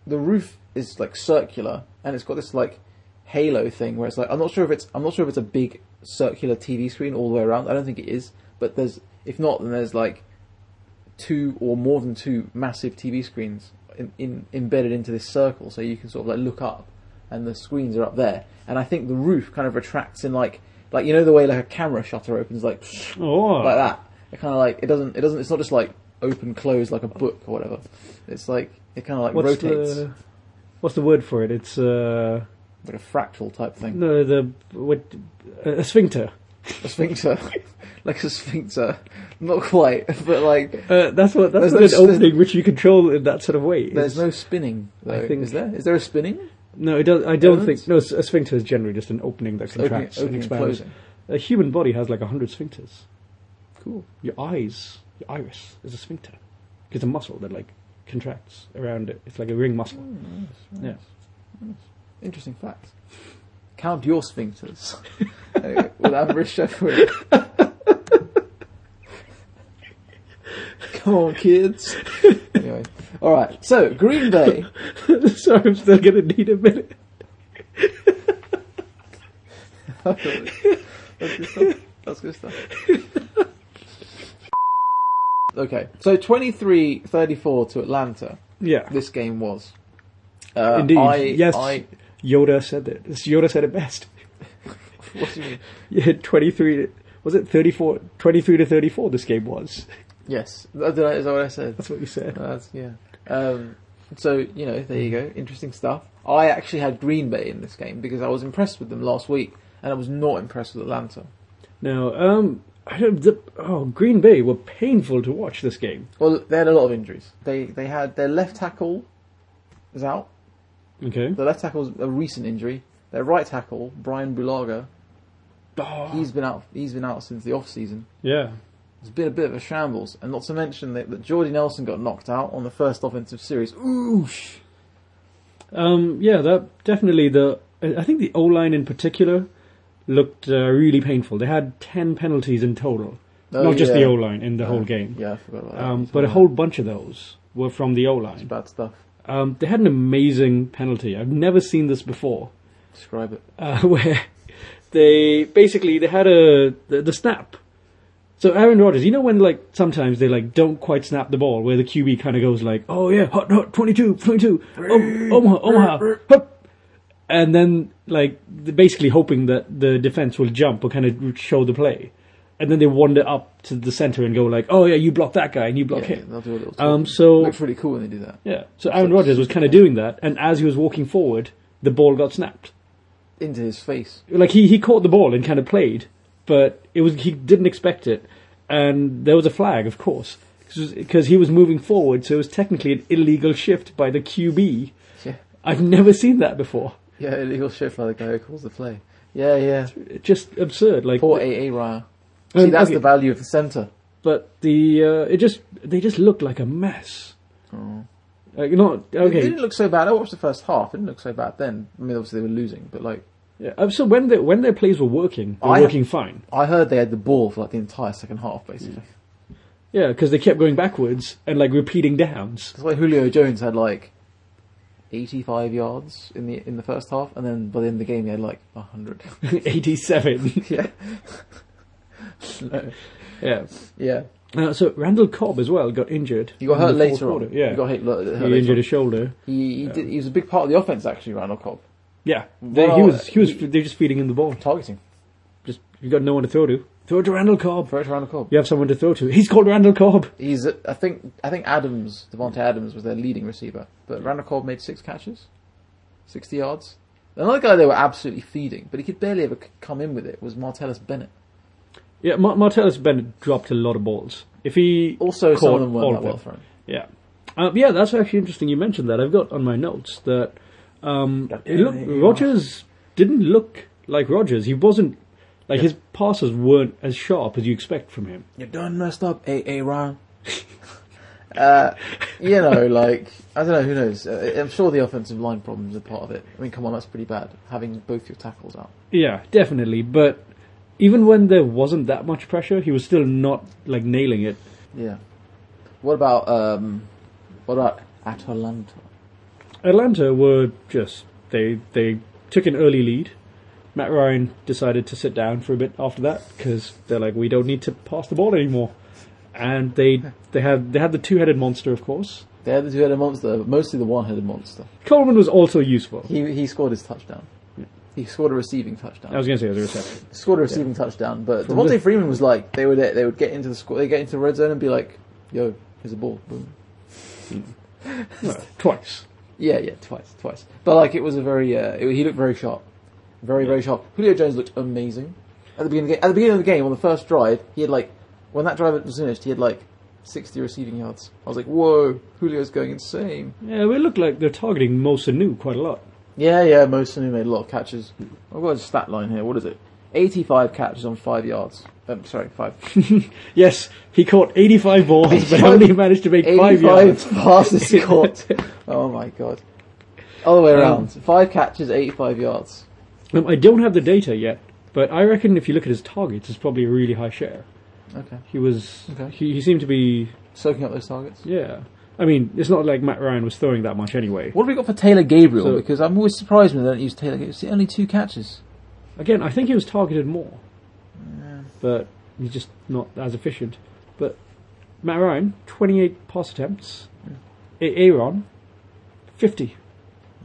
the roof is like circular and it's got this like halo thing where it's like I'm not sure if it's I'm not sure if it's a big circular TV screen all the way around. I don't think it is, but there's if not then there's like two or more than two massive TV screens in, in, embedded into this circle so you can sort of like look up and the screens are up there. And I think the roof kind of retracts in like like you know the way like a camera shutter opens like
Oh,
like that. It kind of like it doesn't. It doesn't. It's not just like open close like a book or whatever. It's like it kind of like
what's
rotates
the what's the word for it? It's uh
like a fractal type thing.
no the what a sphincter.
A sphincter, like a sphincter, not quite, but like
Uh, that's what that's
There's
what
no
an
s-
opening which you control in that sort of way.
there's
It's-
no spinning. Though.
I think-
is there? Is there a spinning?
no, it does, I don't
Doesn't?
think no. A sphincter is generally just an opening that
Opening,
contracts and
opening, and
expands.
closing.
A human body has like a hundred sphincters.
Cool.
your eyes, your iris is a sphincter. It's a muscle that like contracts around it. It's like a ring muscle. Yeah.
Interesting fact. Count your sphincters. anyway, with average Sheffield. Come on, kids. anyway, all right. So Green Bay.
Sorry, I'm still gonna need a minute.
That's good stuff. That's good stuff. okay, so 23-34 to Atlanta.
Yeah,
This game was. Uh,
Indeed,
I,
yes.
I,
Yoda said that. It's- Yoda said it best.
what do you mean?
Yeah, 23. Was it 34? 23 to 34. This game was.
Yes. That- that- Is that what I said?
That's what you said.
That's yeah. Um, so you know, there you go. Interesting stuff. I actually had Green Bay in this game because I was impressed with them last week, and I was not impressed with Atlanta.
Now, um, I don't. The, oh, Green Bay were painful to watch this game.
Well, they had a lot of injuries. They they had their left tackle is out.
Okay.
The left tackle's a recent injury. Their right tackle, Brian Bulaga,
Oh,
he's been out. He's been out since the off season.
yeah.
It's been a bit of a shambles, and not to mention that, that Jordy Nelson got knocked out on the first offensive series. Oosh!
Um, yeah, that definitely the. I I think the O line in particular looked uh, really painful. They had ten penalties in total,
Oh,
not just the
yeah.
O line in the whole game,
Yeah, I forgot about that.
um, but a whole bunch of those were from the O
It's
line.
bad stuff.
Um, they had an amazing penalty. I've never seen this before,
Describe it.
uh, where they basically they had a the, the snap. So Aaron Rodgers, you know when like sometimes they like don't quite snap the ball, where the QB kind of goes like, "Oh yeah, hot hot 22, 22, Om- Omaha, Omaha, hop," and then like they're basically hoping that the defense will jump or kind of show the play, and then they wander up to the center and go like, "Oh yeah, you block that guy and you block
Yeah,
him."
they'll do a little.
Um,
talking.
so-
looks really cool when they do that.
Yeah. So Aaron Rodgers was kind of doing that, and as he was walking forward, the ball got snapped.
Into his face.
like he, he caught the ball and kind of played, but it was he didn't expect it, and there was a flag, of course, because he was moving forward, so it was technically an illegal shift by the QB.
Yeah,
I've never seen that before.
yeah. Illegal shift by the guy who calls the play. Yeah, yeah.
Just absurd. Like,
Poor AA Raya.
And-
See, that's
Um, okay,
the value of the centre.
but the uh, it just they just looked like a mess. Like not
It
okay.
didn't look so bad. I watched the first half. It didn't look so bad then. I mean, obviously they were losing, but like
Yeah, uh, so when they, when their plays were working, they were
I-
working fine.
I heard they had the ball for like the entire second half, basically.
Hmm. Yeah, because they kept going backwards and like repeating downs.
That's why Julio Jones had like 85 yards in the in the first half, and then by the end of the game he had like 100.
Eighty-seven.
yeah. no.
Yeah.
Yeah.
Uh, so Randall Cobb as well got injured.
He got
in the
hurt
fourth
later
quarter.
on.
Yeah.
He got hit, hurt
He
later
injured
on.
his shoulder.
He, he, did, he was a big part of the offense, actually, Randall Cobb.
Yeah. They, he
Well,
was. He was.
he-
They're just feeding him the ball.
Targeting.
Just you got no one to throw to. Throw it to Randall Cobb.
Throw it to Randall Cobb.
You have someone to throw to. He's called Randall Cobb.
He's, I think, I think Adams, Devonta Adams, was their leading receiver. But Randall Cobb made six catches, sixty yards. Another guy they were absolutely feeding, but he could barely ever c- come in with it. Was Martellus Bennett?
Yeah. Mar- Martellus Bennett dropped a lot of balls. If he
Also, some
caught
of them
all
weren't that
them.
well thrown.
Yeah. Uh, yeah, that's actually interesting. You mentioned that. I've got on my notes that um, it looked, Rogers didn't look like Rogers. He wasn't like his passes weren't as sharp as you expect from him.
You done messed up, a a Ron. uh, you know, like I don't know. Who knows? Uh, I'm sure the offensive line problems are part of it. I mean, come on, that's pretty bad. Having both your tackles out.
Yeah, definitely. But even when there wasn't that much pressure, he was still not like nailing it.
Yeah. What about um? What about Atalanta?
Atlanta were just they they took an early lead. Matt Ryan decided to sit down for a bit after that because they're like we don't need to pass the ball anymore, and they they had they had the two headed monster of course.
They're the two-headed monster, but mostly the one-headed monster.
Coleman was also useful.
He he scored his touchdown. He scored a receiving touchdown.
I was going to say as a reception.
scored a receiving touchdown, but
From
Devontae
the-
Freeman was like they would they would get into the score, they get into the red zone and be like, "Yo, here's a ball." Boom.
No, twice.
Yeah, yeah, twice, twice. But like it was a very uh, it- he looked very sharp, very very sharp. Julio Jones looked amazing at the beginning. Of the game, at the beginning of the game on the first drive, he had like when that drive was finished, he had like sixty receiving yards. I was like, "Whoa, Julio's going insane."
Yeah, we look like they're targeting Mo Sanu quite a lot.
Yeah, yeah, Mosunu made a lot of catches. I've got a stat line here. What is it? 85 catches on five yards. Um, sorry, five.
Yes, he caught 85 balls, but only managed to make five
85
yards.
passes caught. Oh my god. All the way around. five catches, 85 yards.
Um, I don't have the data yet, but I reckon if you look at his targets, it's probably a really high share.
Okay.
He was.
Okay.
He, he seemed to be.
Soaking up those targets.
Yeah. I mean, it's not like Matt Ryan was throwing that much anyway.
What have we got for Taylor Gabriel?
So-
because I'm always surprised when they don't use Taylor Gabriel. See, only two catches.
Again, I think he was targeted more, but he's just not as efficient. But Matt Ryan, 28 pass attempts. A- Aaron, 50.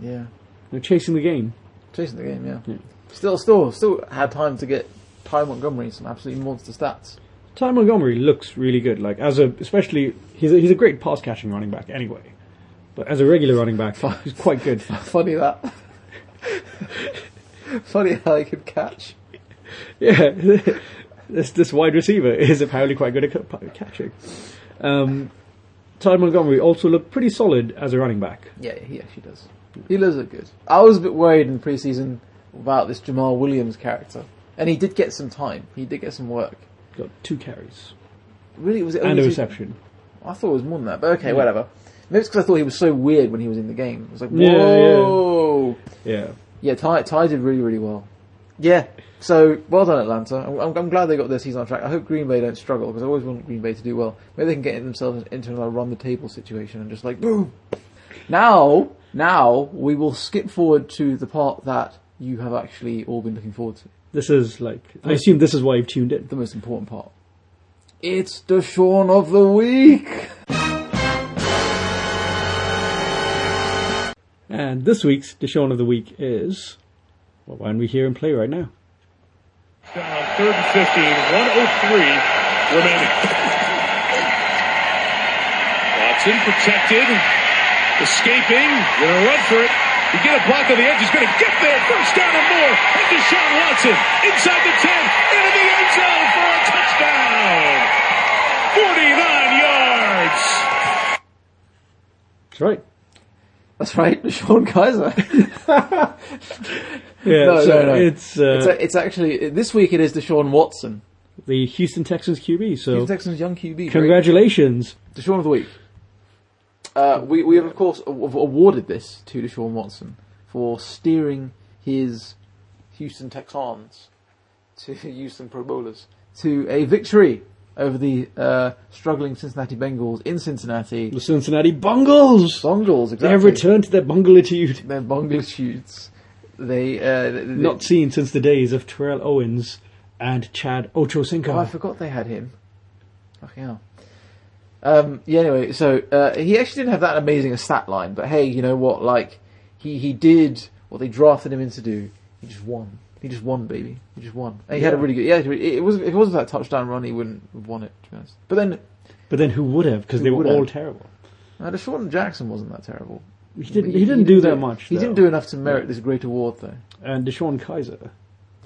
Yeah.
They're chasing the game.
Chasing the game, yeah.
Yeah.
Still, still, still had time to get Ty Montgomery some absolutely monster stats.
Ty Montgomery looks really good. Like as a, especially he's a, he's a great pass catching running back anyway. But as a regular running back, he's quite good.
Funny that. Funny how they could catch.
yeah, this this wide receiver is apparently quite good at ca- catching. Um, Ty Montgomery also looked pretty solid as a running back.
Yeah, he actually does. He does look good. I was a bit worried in preseason about this Jamal Williams character, and he did get some time. He did get some work.
Got two carries
Really, was it
and
only
a
two-
reception.
I thought it was more than that, but okay, whatever. Maybe it's because I thought he was so weird when he was in the game. It was like,
Yeah, yeah.
whoa.
Yeah,
Yeah, Ty, Ty did really, really well. Yeah, so well done, Atlanta. I'm, I'm- I'm glad they got their season on track. I hope Green Bay don't struggle because I always want Green Bay to do well. Maybe they can get themselves into another run the table situation and just like boom. Now, now we will skip forward to the part that you have actually all been looking forward to,
this is like I assume this is why you've tuned in.
the most important part. It's the Sean of the week.
And this week's Deshaun of the week is well, why don't we hear him play right now?
down, Uh, third and 15, 103 remaining. Watson protected, escaping, gonna run for it. You get a block on the edge, he's gonna get there, first down and more, and Deshaun Watson inside the 10, into the end zone for a touchdown! 49 yards!
That's right.
That's right, Sean Kaiser.
Yeah,
No,
so
no, no.
it's, uh,
it's, a, it's actually this week. It is the Sean Watson,
the Houston Texans QB. So
Houston Texans young QB.
congratulations.
Deshaun of the week. Uh, we, we have, of course, a- a- awarded this to Deshaun Watson for steering his Houston Texans to Houston Pro Bowlers to a victory over the uh, struggling Cincinnati Bengals in Cincinnati.
The Cincinnati Bungles.
Bengals,
They have
exactly.
returned to their bunglitude,
Their Bengals They, uh, they
not seen since the days of Terrell Owens and Chad
Oh, I
Ochocinco.
forgot they had him. Fucking hell. Um, yeah, anyway, so uh, he actually didn't have that amazing a stat line, but hey, you know what? Like, he, he did what they drafted him in to do. He just won. He just won, baby. He just won. And he had a
Yeah.
really good. Yeah, it, it was. If it wasn't that touchdown run, he wouldn't have won it. To be honest. But then,
But then who would have? Because
Who
they were
would
all
have?
terrible.
uh, Deshaun Jackson wasn't that terrible.
He didn't.
But
He, didn't do that much.
He didn't
though.
do enough to merit this great award, though.
And Deshaun Kaiser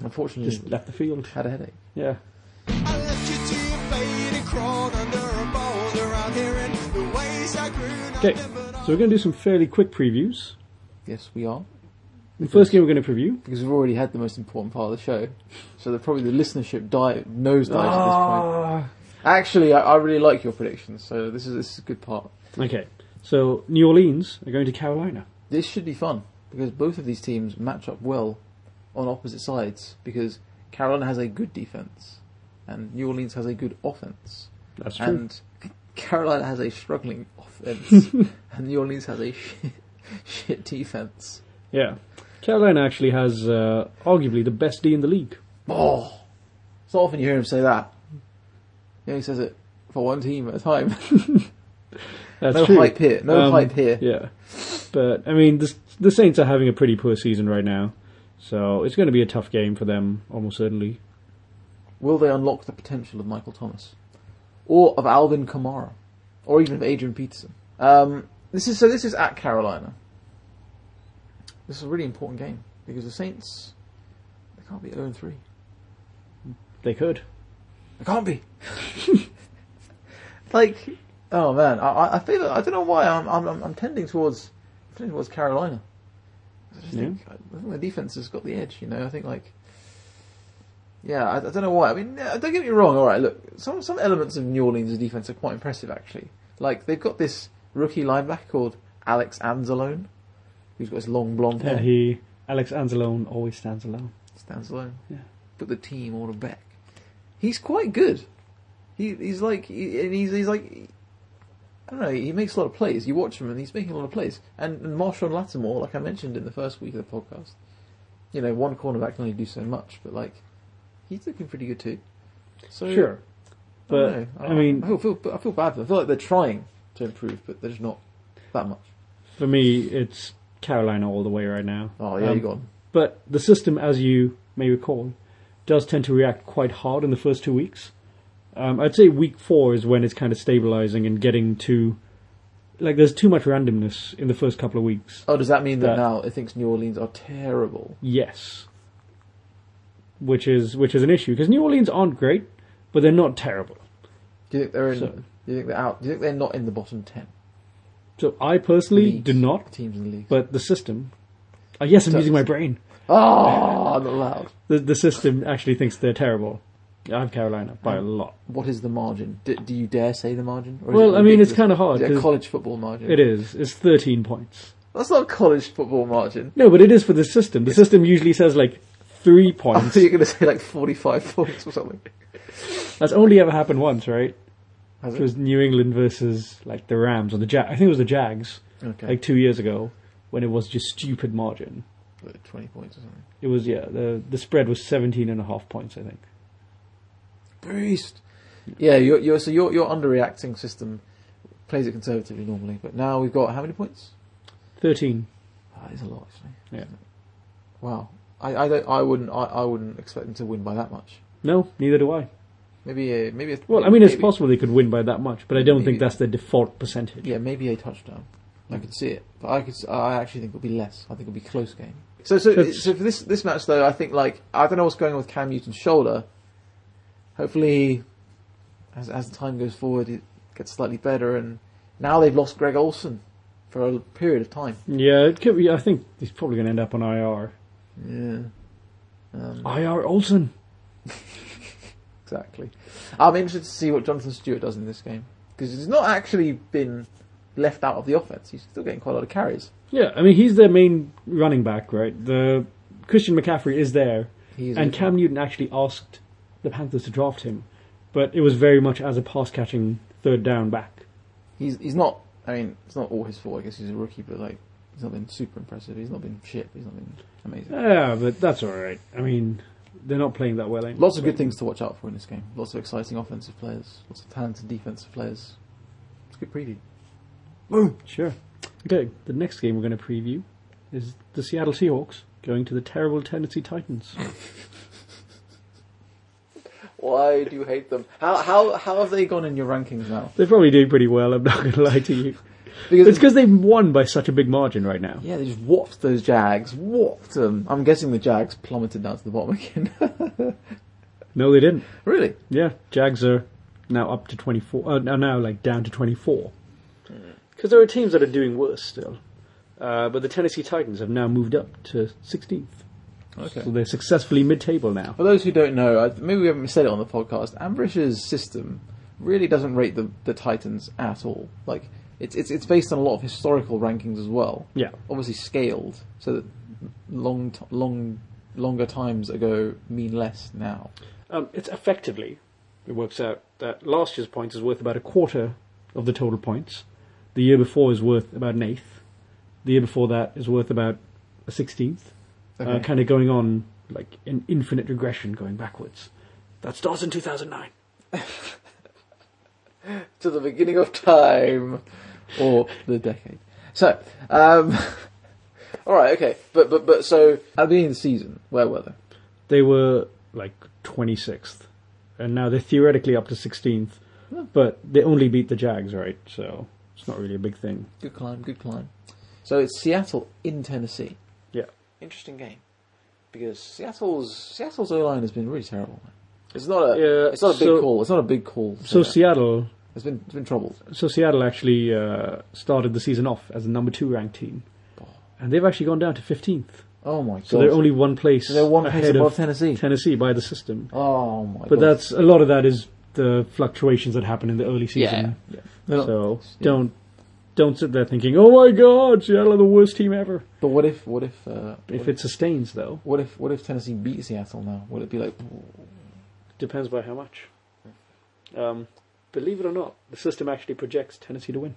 Unfortunately,
just left the field.
had a headache.
Mm. Yeah.
I left you to your fate and crawled under a boulder out here in the ways I grew.
Okay. So we're going to do some fairly quick previews.
Yes, we are
The first game we're going to preview.
because we've already had the most important part of the show, so that probably the listenership die knows dies at this
Ah.
point. Actually, I, I really like your predictions, so this is this is a good part.
Okay. So New Orleans are going to Carolina.
This should be fun because both of these teams match up well on opposite sides because Carolina has a good defense and New Orleans has a good offense
That's true.
and Carolina has a struggling offense and New Orleans has a shit, shit defense.
yeah. Carolina actually has uh, arguably the best D in the league.
Oh, it's not often you hear him say that. Yeah, he says it for one team at a time.
That's
No
true. Um,
hype here. No hype here.
Yeah, but I mean, the, the Saints are having a pretty poor season right now, so it's going to be a tough game for them, almost certainly.
Will they unlock the potential of Michael Thomas, or of Alvin Kamara, or even of Adrian Peterson? Um, this is so. This is at Carolina. This is a really important game because the Saints they can't be zero and three.
They could.
They can't be. like, oh man, I- I, I feel that- I don't know why I'm I'm, I'm- I'm tending towards I'm tending towards Carolina. I just
Yeah.
think I think the defense has got the edge. You know, I think like. Yeah, I, I don't know why. I mean, uh, don't get me wrong. All right, look, some some elements of New Orleans' defense are quite impressive, actually. Like they've got this rookie linebacker called Alex Anzalone, who's got his long blonde hair.
And he, Alex Anzalone, always stands alone.
Stands alone.
Yeah.
Put the team on the back. He's quite good. He he's like he, and he's he's like I don't know. He makes a lot of plays. You watch him and he's making a lot of plays. And, and Marshawn Lattimore, like I mentioned in the first week of the podcast, you know, one cornerback can only do so much, but like he's looking pretty good too. So
Sure,
I
but
don't know.
I mean,
I feel, feel I feel bad. For them. I feel like they're trying to improve, but they're just not that much.
for me, it's Carolina all the way right now.
Oh yeah,
Um,
you got him.
But the system, as you may recall, does tend to react quite hard in the first two weeks. Um, I'd say week four is when it's kind of stabilizing and getting to, like, there's too much randomness in the first couple of weeks.
Oh, does that mean that
that-
now it thinks New Orleans are terrible?
Yes, which is which is an issue because New Orleans aren't great, but they're not terrible.
Do you think they're in?
So-
do you think they're out? Do you think they're not in the bottom ten?
So I personally
leagues?
do not,
teams in the league.
but the system. Uh, yes, I'm
So-
using my brain.
Ah, not allowed.
The the system actually thinks they're terrible. I'm Carolina by a lot.
What is the margin? Do, do you dare say the margin? Or is
Well,
it
I mean, it's
ridiculous?
kinda hard,
Is it a
'cause-
college football margin.
It is. It's 13 points.
That's not a college football margin.
No, but it is for the system. The system usually says like three
I
points.
thought you were going to say like forty-five points or something.
That's only ever happened once, right?
Has
It
it?
was New England versus like the Rams or the Jag. I think it was the Jags,
Okay,
like two years ago, when it was just stupid margin.
like twenty points or something.
It was yeah. The the spread was 17 and a half points, I think.
Beast. Yeah, you're, you're, so your your underreacting system plays it conservatively normally, but now we've got how many points?
13.
Oh, that is a lot actually.
Yeah.
Wow. I, I don't. I wouldn't. I, I wouldn't expect them to win by that much.
No, neither do I.
Maybe a maybe. A,
Well, I mean, it's
maybe-
possible they could win by that much, but I don't
Maybe.
think that's their default percentage.
Yeah, maybe a touchdown. I could see it, but I could. s- I actually think it'll be less. I think it'll be close game. So, so,
That's-
so for this this match though, I think like I don't know what's going on with Cam Newton's shoulder. Hopefully, as as time goes forward, it gets slightly better. And now they've lost Greg Olson for a period of time.
Yeah, it could be. I think he's probably going to end up on IR.
Yeah. Um,
IR Olsen.
Exactly. I'm interested to see what Jonathan Stewart does in this game because he's not actually been left out of the offense. He's still getting quite a lot of carries.
Yeah, I mean, he's their main running back, right? The Christian McCaffrey is there,
He is a
and
good
Cam Newton actually asked the Panthers to draft him, but it was very much as a pass catching third down back.
he's he's not. I mean, it's not all his fault. I guess he's a rookie, but like he's not been super impressive. He's not been shit. He's not been amazing.
Yeah, but that's all right. I mean, They're not playing that well. ain't
Lots of good things to watch out for in this game. Lots of exciting offensive players. Lots of talented defensive players. It's a good preview.
Sure. Okay, the next game we're going to preview is the Seattle Seahawks going to the terrible Tennessee Titans.
Why do you hate them? How how how have they gone in your rankings now?
They're probably doing pretty well, I'm not going to lie to you.
Because
It's because they've won by such a big margin right now.
yeah, they just whopped those Jags. Whopped them. I'm guessing the Jags plummeted down to the bottom again.
No, they didn't.
really?
Yeah, Jags are now up to 24, uh, now, now like down to 24. Because Mm. there are teams that are doing worse still. Uh, but the Tennessee Titans have now moved up to 16th.
Okay.
So they're successfully mid table now.
For those who don't know, I- maybe we haven't said it on the podcast. Ambrish's system really doesn't rate the, the Titans at all. Like it's it's it's based on a lot of historical rankings as well.
Yeah.
obviously scaled so that long t- long longer times ago mean less now.
Um, it's effectively, it works out that last year's points is worth about a quarter of the total points. The year before is worth about an eighth. The year before that is worth about a sixteenth. Uh,
Okay.
kind of going on like an infinite regression going backwards. That starts in 2009.
to the beginning of time or the decade. So, um, all right, okay, but but but so at the beginning of the season, where were they?
They were like 26th. And now they're theoretically up to 16th. But they only beat the Jags, right? So it's not really a big thing.
Good climb, good climb. So it's Seattle in Tennessee.
Yeah.
Interesting game because Seattle's Seattle's O line has been really terrible. It's not a
Yeah,
it's not a big
so-
call. It's not a big call.
So
Yeah.
Seattle
it's been it's been troubled.
So Seattle actually uh, started the season off as the number two ranked team, and they've actually gone down to fifteenth.
Oh my god!
So they're only one place.
they're one place
ahead
above
of
Tennessee.
Tennessee by the system.
oh my god!
But that's a lot of that is the fluctuations that happen in the early season.
yeah.
So don't don't sit there thinking, "Oh my God, Seattle are the worst team ever."
But what if what if uh,
If it sustains, though,
what if what if Tennessee beat Seattle now? Would it be like
depends by how much. Um, believe it or not, the system actually projects Tennessee to win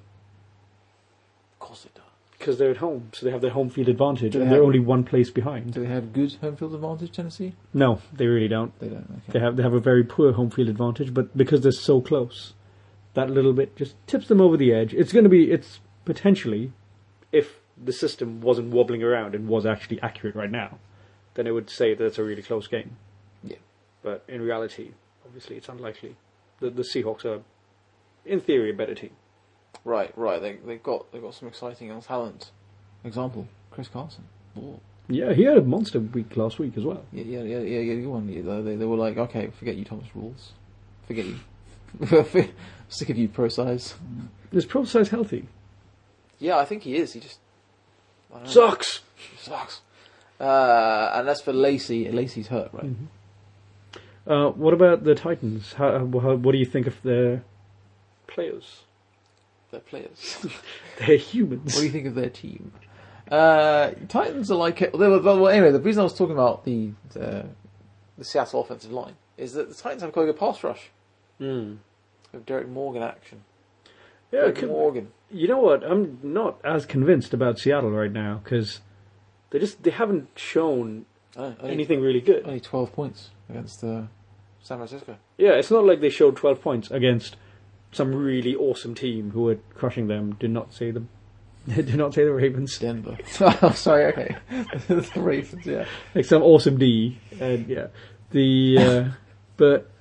Of course it does.
because they're at home, so they have their home field advantage,
Do they
and they're
have-
only one place behind.
Do they have good home field advantage, Tennessee?
No, they really don't.
They don't.
They
Okay.
have they have a very poor home field advantage, but because they're so close, that little bit just tips them over the edge. It's going to be it's potentially, if the system wasn't wobbling around and was actually accurate right now, then it would say that it's a really close game.
Yeah.
But in reality, obviously, it's unlikely. The the Seahawks are, in theory, a better team.
Right, right. They they've got they've got some exciting young talent. Example: Chris Carson. Oh.
Yeah, he had a monster week last week as well.
Yeah, yeah, yeah, yeah, yeah. Good one. Yeah, they, they were like, okay, forget you, Thomas Rules. Forget you. Sick of you, pro size.
Is Pro Size healthy?
Yeah, I think he is. He just I don't know.
Ah. Sucks.
sucks. Uh, and that's for Lacey. Lacey's hurt, right?
Uh, what about the Titans? How, how, what do you think of their players?
They're players.
They're humans.
What do you think of their team? Uh, Titans are like. Well, well, well, anyway, the reason I was talking about the, the the Seattle offensive line is that the Titans have quite a good pass rush. Mm. Of Derek Morgan action.
Yeah,
Derek
it could-
Morgan.
Hmm. you know what? I'm not as convinced about Seattle right now because they just they haven't shown
I don't know, Oh, only,
anything really good.
Only twelve points against uh, San Francisco.
Yeah, it's not like they showed 12 points against some really awesome team who were crushing them. Do not say the do not say the Ravens.
Denver. oh, sorry. Okay. the Ravens. Yeah.
Like some awesome D and yeah, the uh, but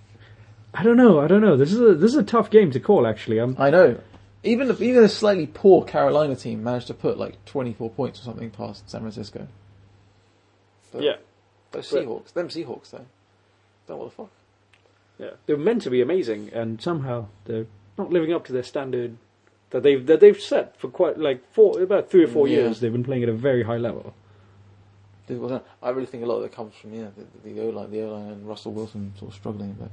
I don't know. I don't know. This is a this is a tough game to call actually. I'm
I know. Even if, even a slightly poor Carolina team managed to put like twenty four points or something past San Francisco. But
yeah.
Those
But-
Seahawks. Them Seahawks though. Don't what the fuck.
Yeah. They're meant to be amazing, and somehow they're not living up to their standard that they've that they've set for quite like four about three or four
Yeah.
years. They've been playing at a very high level.
It wasn't- I really think a lot of it comes from yeah the, the O line, the O line, and Russell Wilson sort of struggling a bit.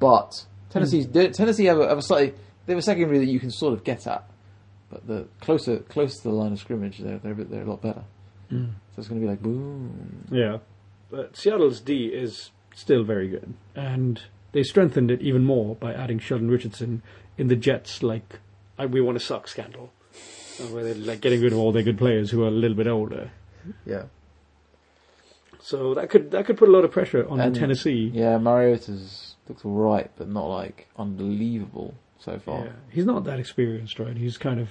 But Tennessee's de- Tennessee have a, have a slightly they have a secondary that you can sort of get at, but the closer close to the line of scrimmage, they're they're a bit- they're a lot better. So it's going to be like boom.
Yeah, but Seattle's D is still very good, and they strengthened it even more by adding Sheldon Richardson in the Jets like I, we want to suck scandal, uh, where they're like getting rid of all their good players who are a little bit older.
Yeah.
So that could that could put a lot of pressure on
And-
Tennessee.
Yeah, Mariota's looks alright, but not like unbelievable so far.
Yeah. He's not that experienced, right? He's kind of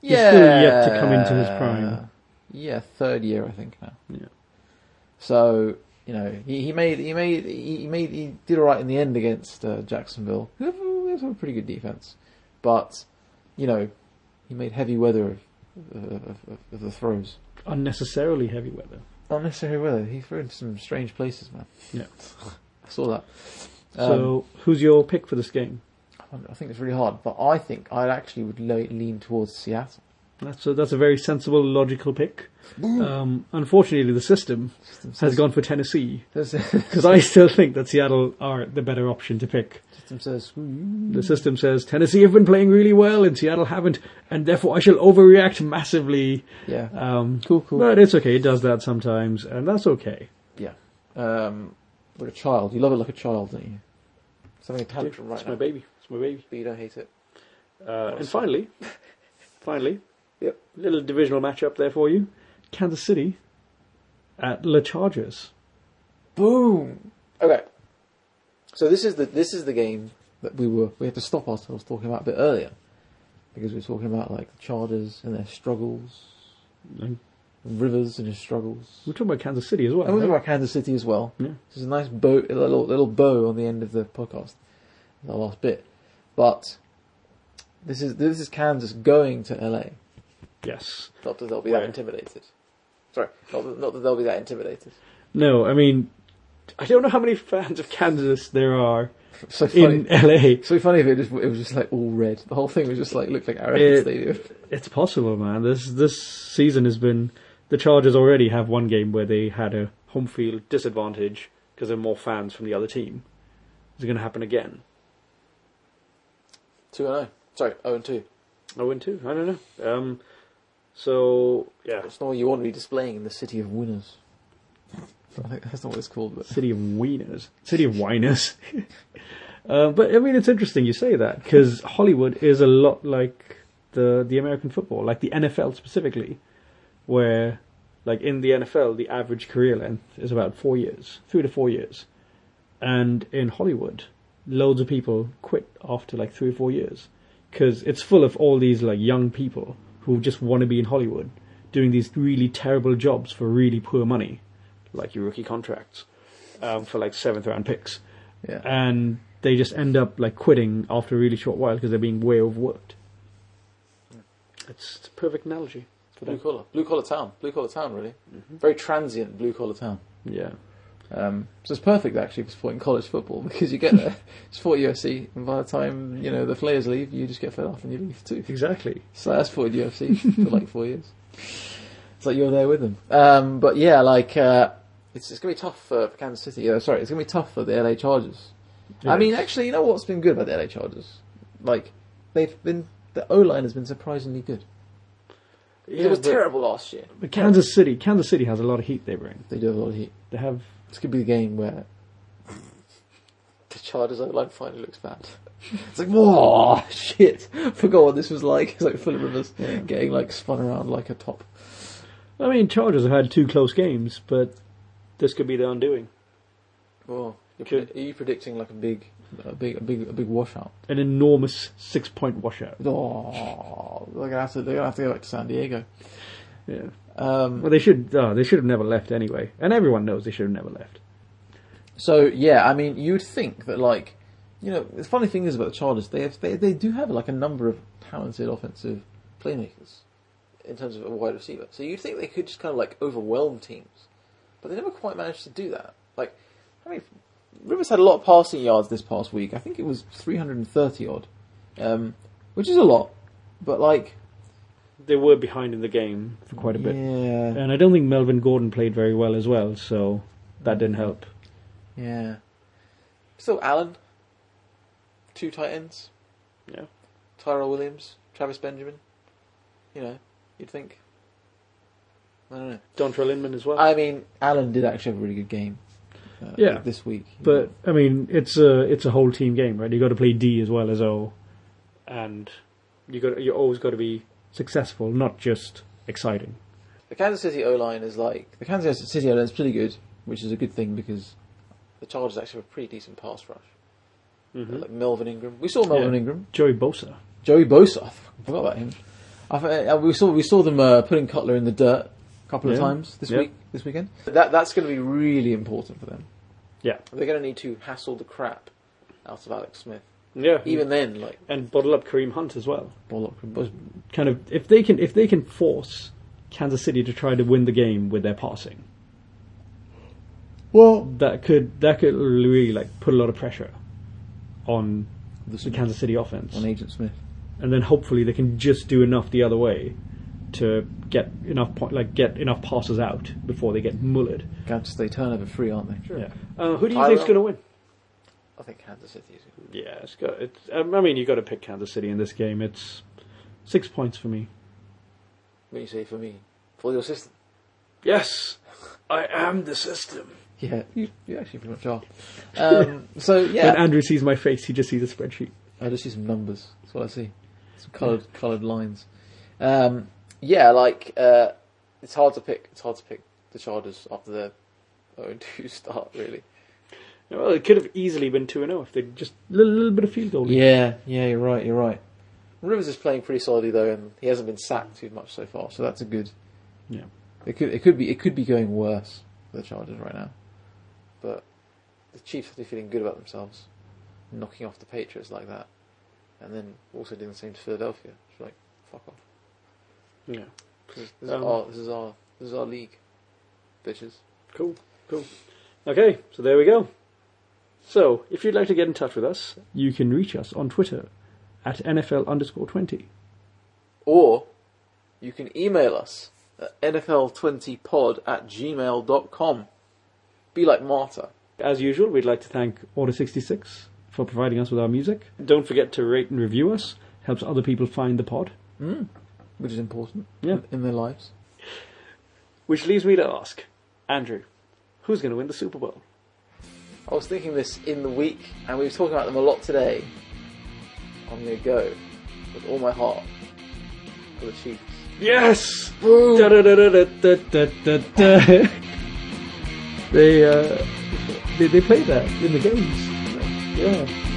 He's still yet to come into his prime.
Yeah, third year I think now.
Yeah.
So you know he, he made he made he he made he did all right in the end against uh, Jacksonville. They have a- they have a pretty good defense, but you know he made heavy weather of of, of, of the throws.
unnecessarily heavy weather.
Not necessarily weather. He threw into some strange places, man.
Yeah.
I saw that.
so who's your pick for this game?
Um, I think it's really hard, but I think I actually would le- lean towards Seattle.
That's a, that's a very sensible, logical pick. Um, unfortunately, the system has gone for Tennessee
There's-
because I still think that Seattle are the better option to pick.
System says, "Screw you."
The system says Tennessee have been playing really well and Seattle haven't, and therefore I shall overreact massively.
yeah,
Um,
cool, cool.
But it's okay. It does that sometimes, and that's okay.
Yeah. Um, like a child. You love it like a child, don't you? Something
It's
tantrum right now, but
baby. It's my baby.
you don't hate it.
Uh, and finally, finally,
Yep.
little divisional matchup there for you: Kansas City at Le Chargers.
Boom. Okay. So this is the this is the game that we were we had to stop ourselves talking about a bit earlier because we were talking about like the Chargers and their struggles,
And
Rivers and his struggles.
we're talking about Kansas City as well.
And we're
right?
talking about Kansas City as well.
Yeah.
There's a nice bow, a little little bow on the end of the podcast, the last bit. But this is this is Kansas going to LA.
Yes.
Not that they'll be
Right.
that intimidated. Sorry, not that, not that they'll be that intimidated.
No, I mean, I don't know how many fans of Kansas there are
So funny.
in LA.
so funny if it, just, it was just like all red. The whole thing was just like looked like Arrowhead
It-
Stadium.
It's possible, man. This this season has been the Chargers already have one game where they had a home field disadvantage because there are more fans from the other team. Is it going to happen again?
Two and oh. Sorry, oh and two.
I win too. I don't know. Um, so yeah,
That's not what you want to be displaying in the city of winners. I think that's not what it's called, but
City of Wieners. City of Wieners. uh, but I mean, it's interesting you say that because Hollywood is a lot like the the American football, like the NFL specifically, where like in the NFL the average career length is about four years, three to four years, and in Hollywood, loads of people quit after like three or four years because it's full of all these like young people who just want to be in Hollywood doing these really terrible jobs for really poor money, like your rookie contracts um, for like seventh round picks,
yeah.
and they just end up like quitting after a really short while because they're being way overworked. It's, it's a perfect analogy for
blue
them.
collar, blue collar town, blue collar town, really. Very transient blue collar town.
Yeah,
Um, so it's perfect actually for supporting college football because you get there, support UFC, and by the time you know the players leave, you just get fed up and you leave too.
exactly.
So that's supported UFC for like four years. It's like you're there with them. Um, but yeah, like uh, it's it's gonna be tough for, for Kansas City. Uh, sorry, it's gonna be tough for the LA Chargers. I
Yeah.
mean, actually, you know what's been good about the LA Chargers? Like they've been the O line has been surprisingly good.
Yeah,
it was
but-
terrible last year.
But Kansas City, Kansas City has a lot of heat they bring.
They do have a lot of heat.
They have
This could be the game where the Chargers O line finally looks bad. It's like, whoa, shit! Forgot what this was like. It's like Fulham Rivers getting like spun around like a top.
I mean, Chargers have had two close games, but this could be their undoing.
Well, you're
Could-
predi- are you predicting like a big, a big, a big, a big washout?
An enormous six-point washout.
Oh, they're gonna have to, they're gonna have to go back to San Diego.
Yeah.
Um,
Well, they should. Uh, they should have never left anyway, and everyone knows they should have never left.
so yeah, I mean, you'd think that like, you know, the funny thing is about the Chargers, they have, they, they do have like a number of talented offensive playmakers in terms of a wide receiver. So you'd think they could just kind of like overwhelm teams, but they never quite managed to do that. Like, I mean, Rivers had a lot of passing yards this past week. I think it was 330 odd, um, which is a lot, but like.
They were behind in the game for quite a bit.
Yeah.
And I don't think Melvin Gordon played very well as well, so that didn't help.
Yeah. So Allen, two tight ends,
Yeah.
Tyrell Williams, Travis Benjamin. You know, you'd think. I don't know.
Dontrell Inman as well.
I mean, Allen did actually have a really good game. Uh,
Yeah.
This week,
but I mean, it's a it's a whole team game, right? You got to play D as well as O, and you got you always got to be successful, not just exciting.
the Kansas City O line is like the Kansas City O line is pretty good, which is a good thing because the Chargers actually have a pretty decent pass rush. Like Melvin Ingram, we saw Melvin
Mm-hmm. Yeah.
Ingram,
Joey Bosa.
Joey Bosa. I forgot about him. I, th- uh, we saw we saw them uh, putting Cutler in the dirt a couple of
Yeah.
times this
Yeah.
week, this weekend. That that's going to be really important for them.
Yeah.
They're going to need to hassle the crap out of Alex Smith.
Yeah.
Even then, like
and bottle up Kareem Hunt as well.
ball up, was
Kind of if they can if they can force Kansas City to try to win the game with their passing,
well
that could that could really like put a lot of pressure on the Kansas City offense.
on Agent Smith.
and then hopefully they can just do enough the other way to get enough point, like get enough passes out before they get mullered.
Kansas State turnover free, aren't they?
Yeah. Uh, who do you
I
think's
will-
going to win?
I think Kansas City is. good.
Yeah, it's got. It's, um, I mean, you got to pick Kansas City in this game. It's six points for me.
When you say for me, for your system.
Yes, I am the system.
Yeah, you, you actually pretty much are. Um, so yeah,
When Andrew sees my face, he just sees a spreadsheet.
I just see some Oh, numbers. That's what I see. Some coloured coloured lines. Um, yeah, like uh, it's hard to pick. It's hard to pick the Chargers after their 0-2 start, really.
Well, it could have easily been two and zero if they just little, little bit of field goal.
Yeah, yeah, you're right. You're right. Rivers is playing pretty solidly though, and he hasn't been sacked too much so far, so that's a good.
Yeah.
It could it could be it could be going worse for the Chargers right now, but the Chiefs are feeling good about themselves, knocking off the Patriots like that, and then also doing the same to Philadelphia. It's like fuck off.
yeah.
This is,
Um,
our, this is our this is our league, bitches.
Cool, cool. Okay, so there we go. So, if you'd like to get in touch with us, you can reach us on Twitter at NFL underscore 20.
Or you can email us at nfl20pod at gmail.com. Be like Marta.
As usual, we'd like to thank Order66 for providing us with our music. Don't forget to rate and review us, helps other people find the pod.
Which is important
Yeah.
in their lives.
Which leaves me to ask Andrew, who's going to win the Super Bowl?
I was thinking this in the week, and we were talking about them a lot today. I'm going to go with all my heart for the Chiefs.
Yes! Da-da-da-da-da-da-da-da. they, uh, they, they play that in the games. Yeah.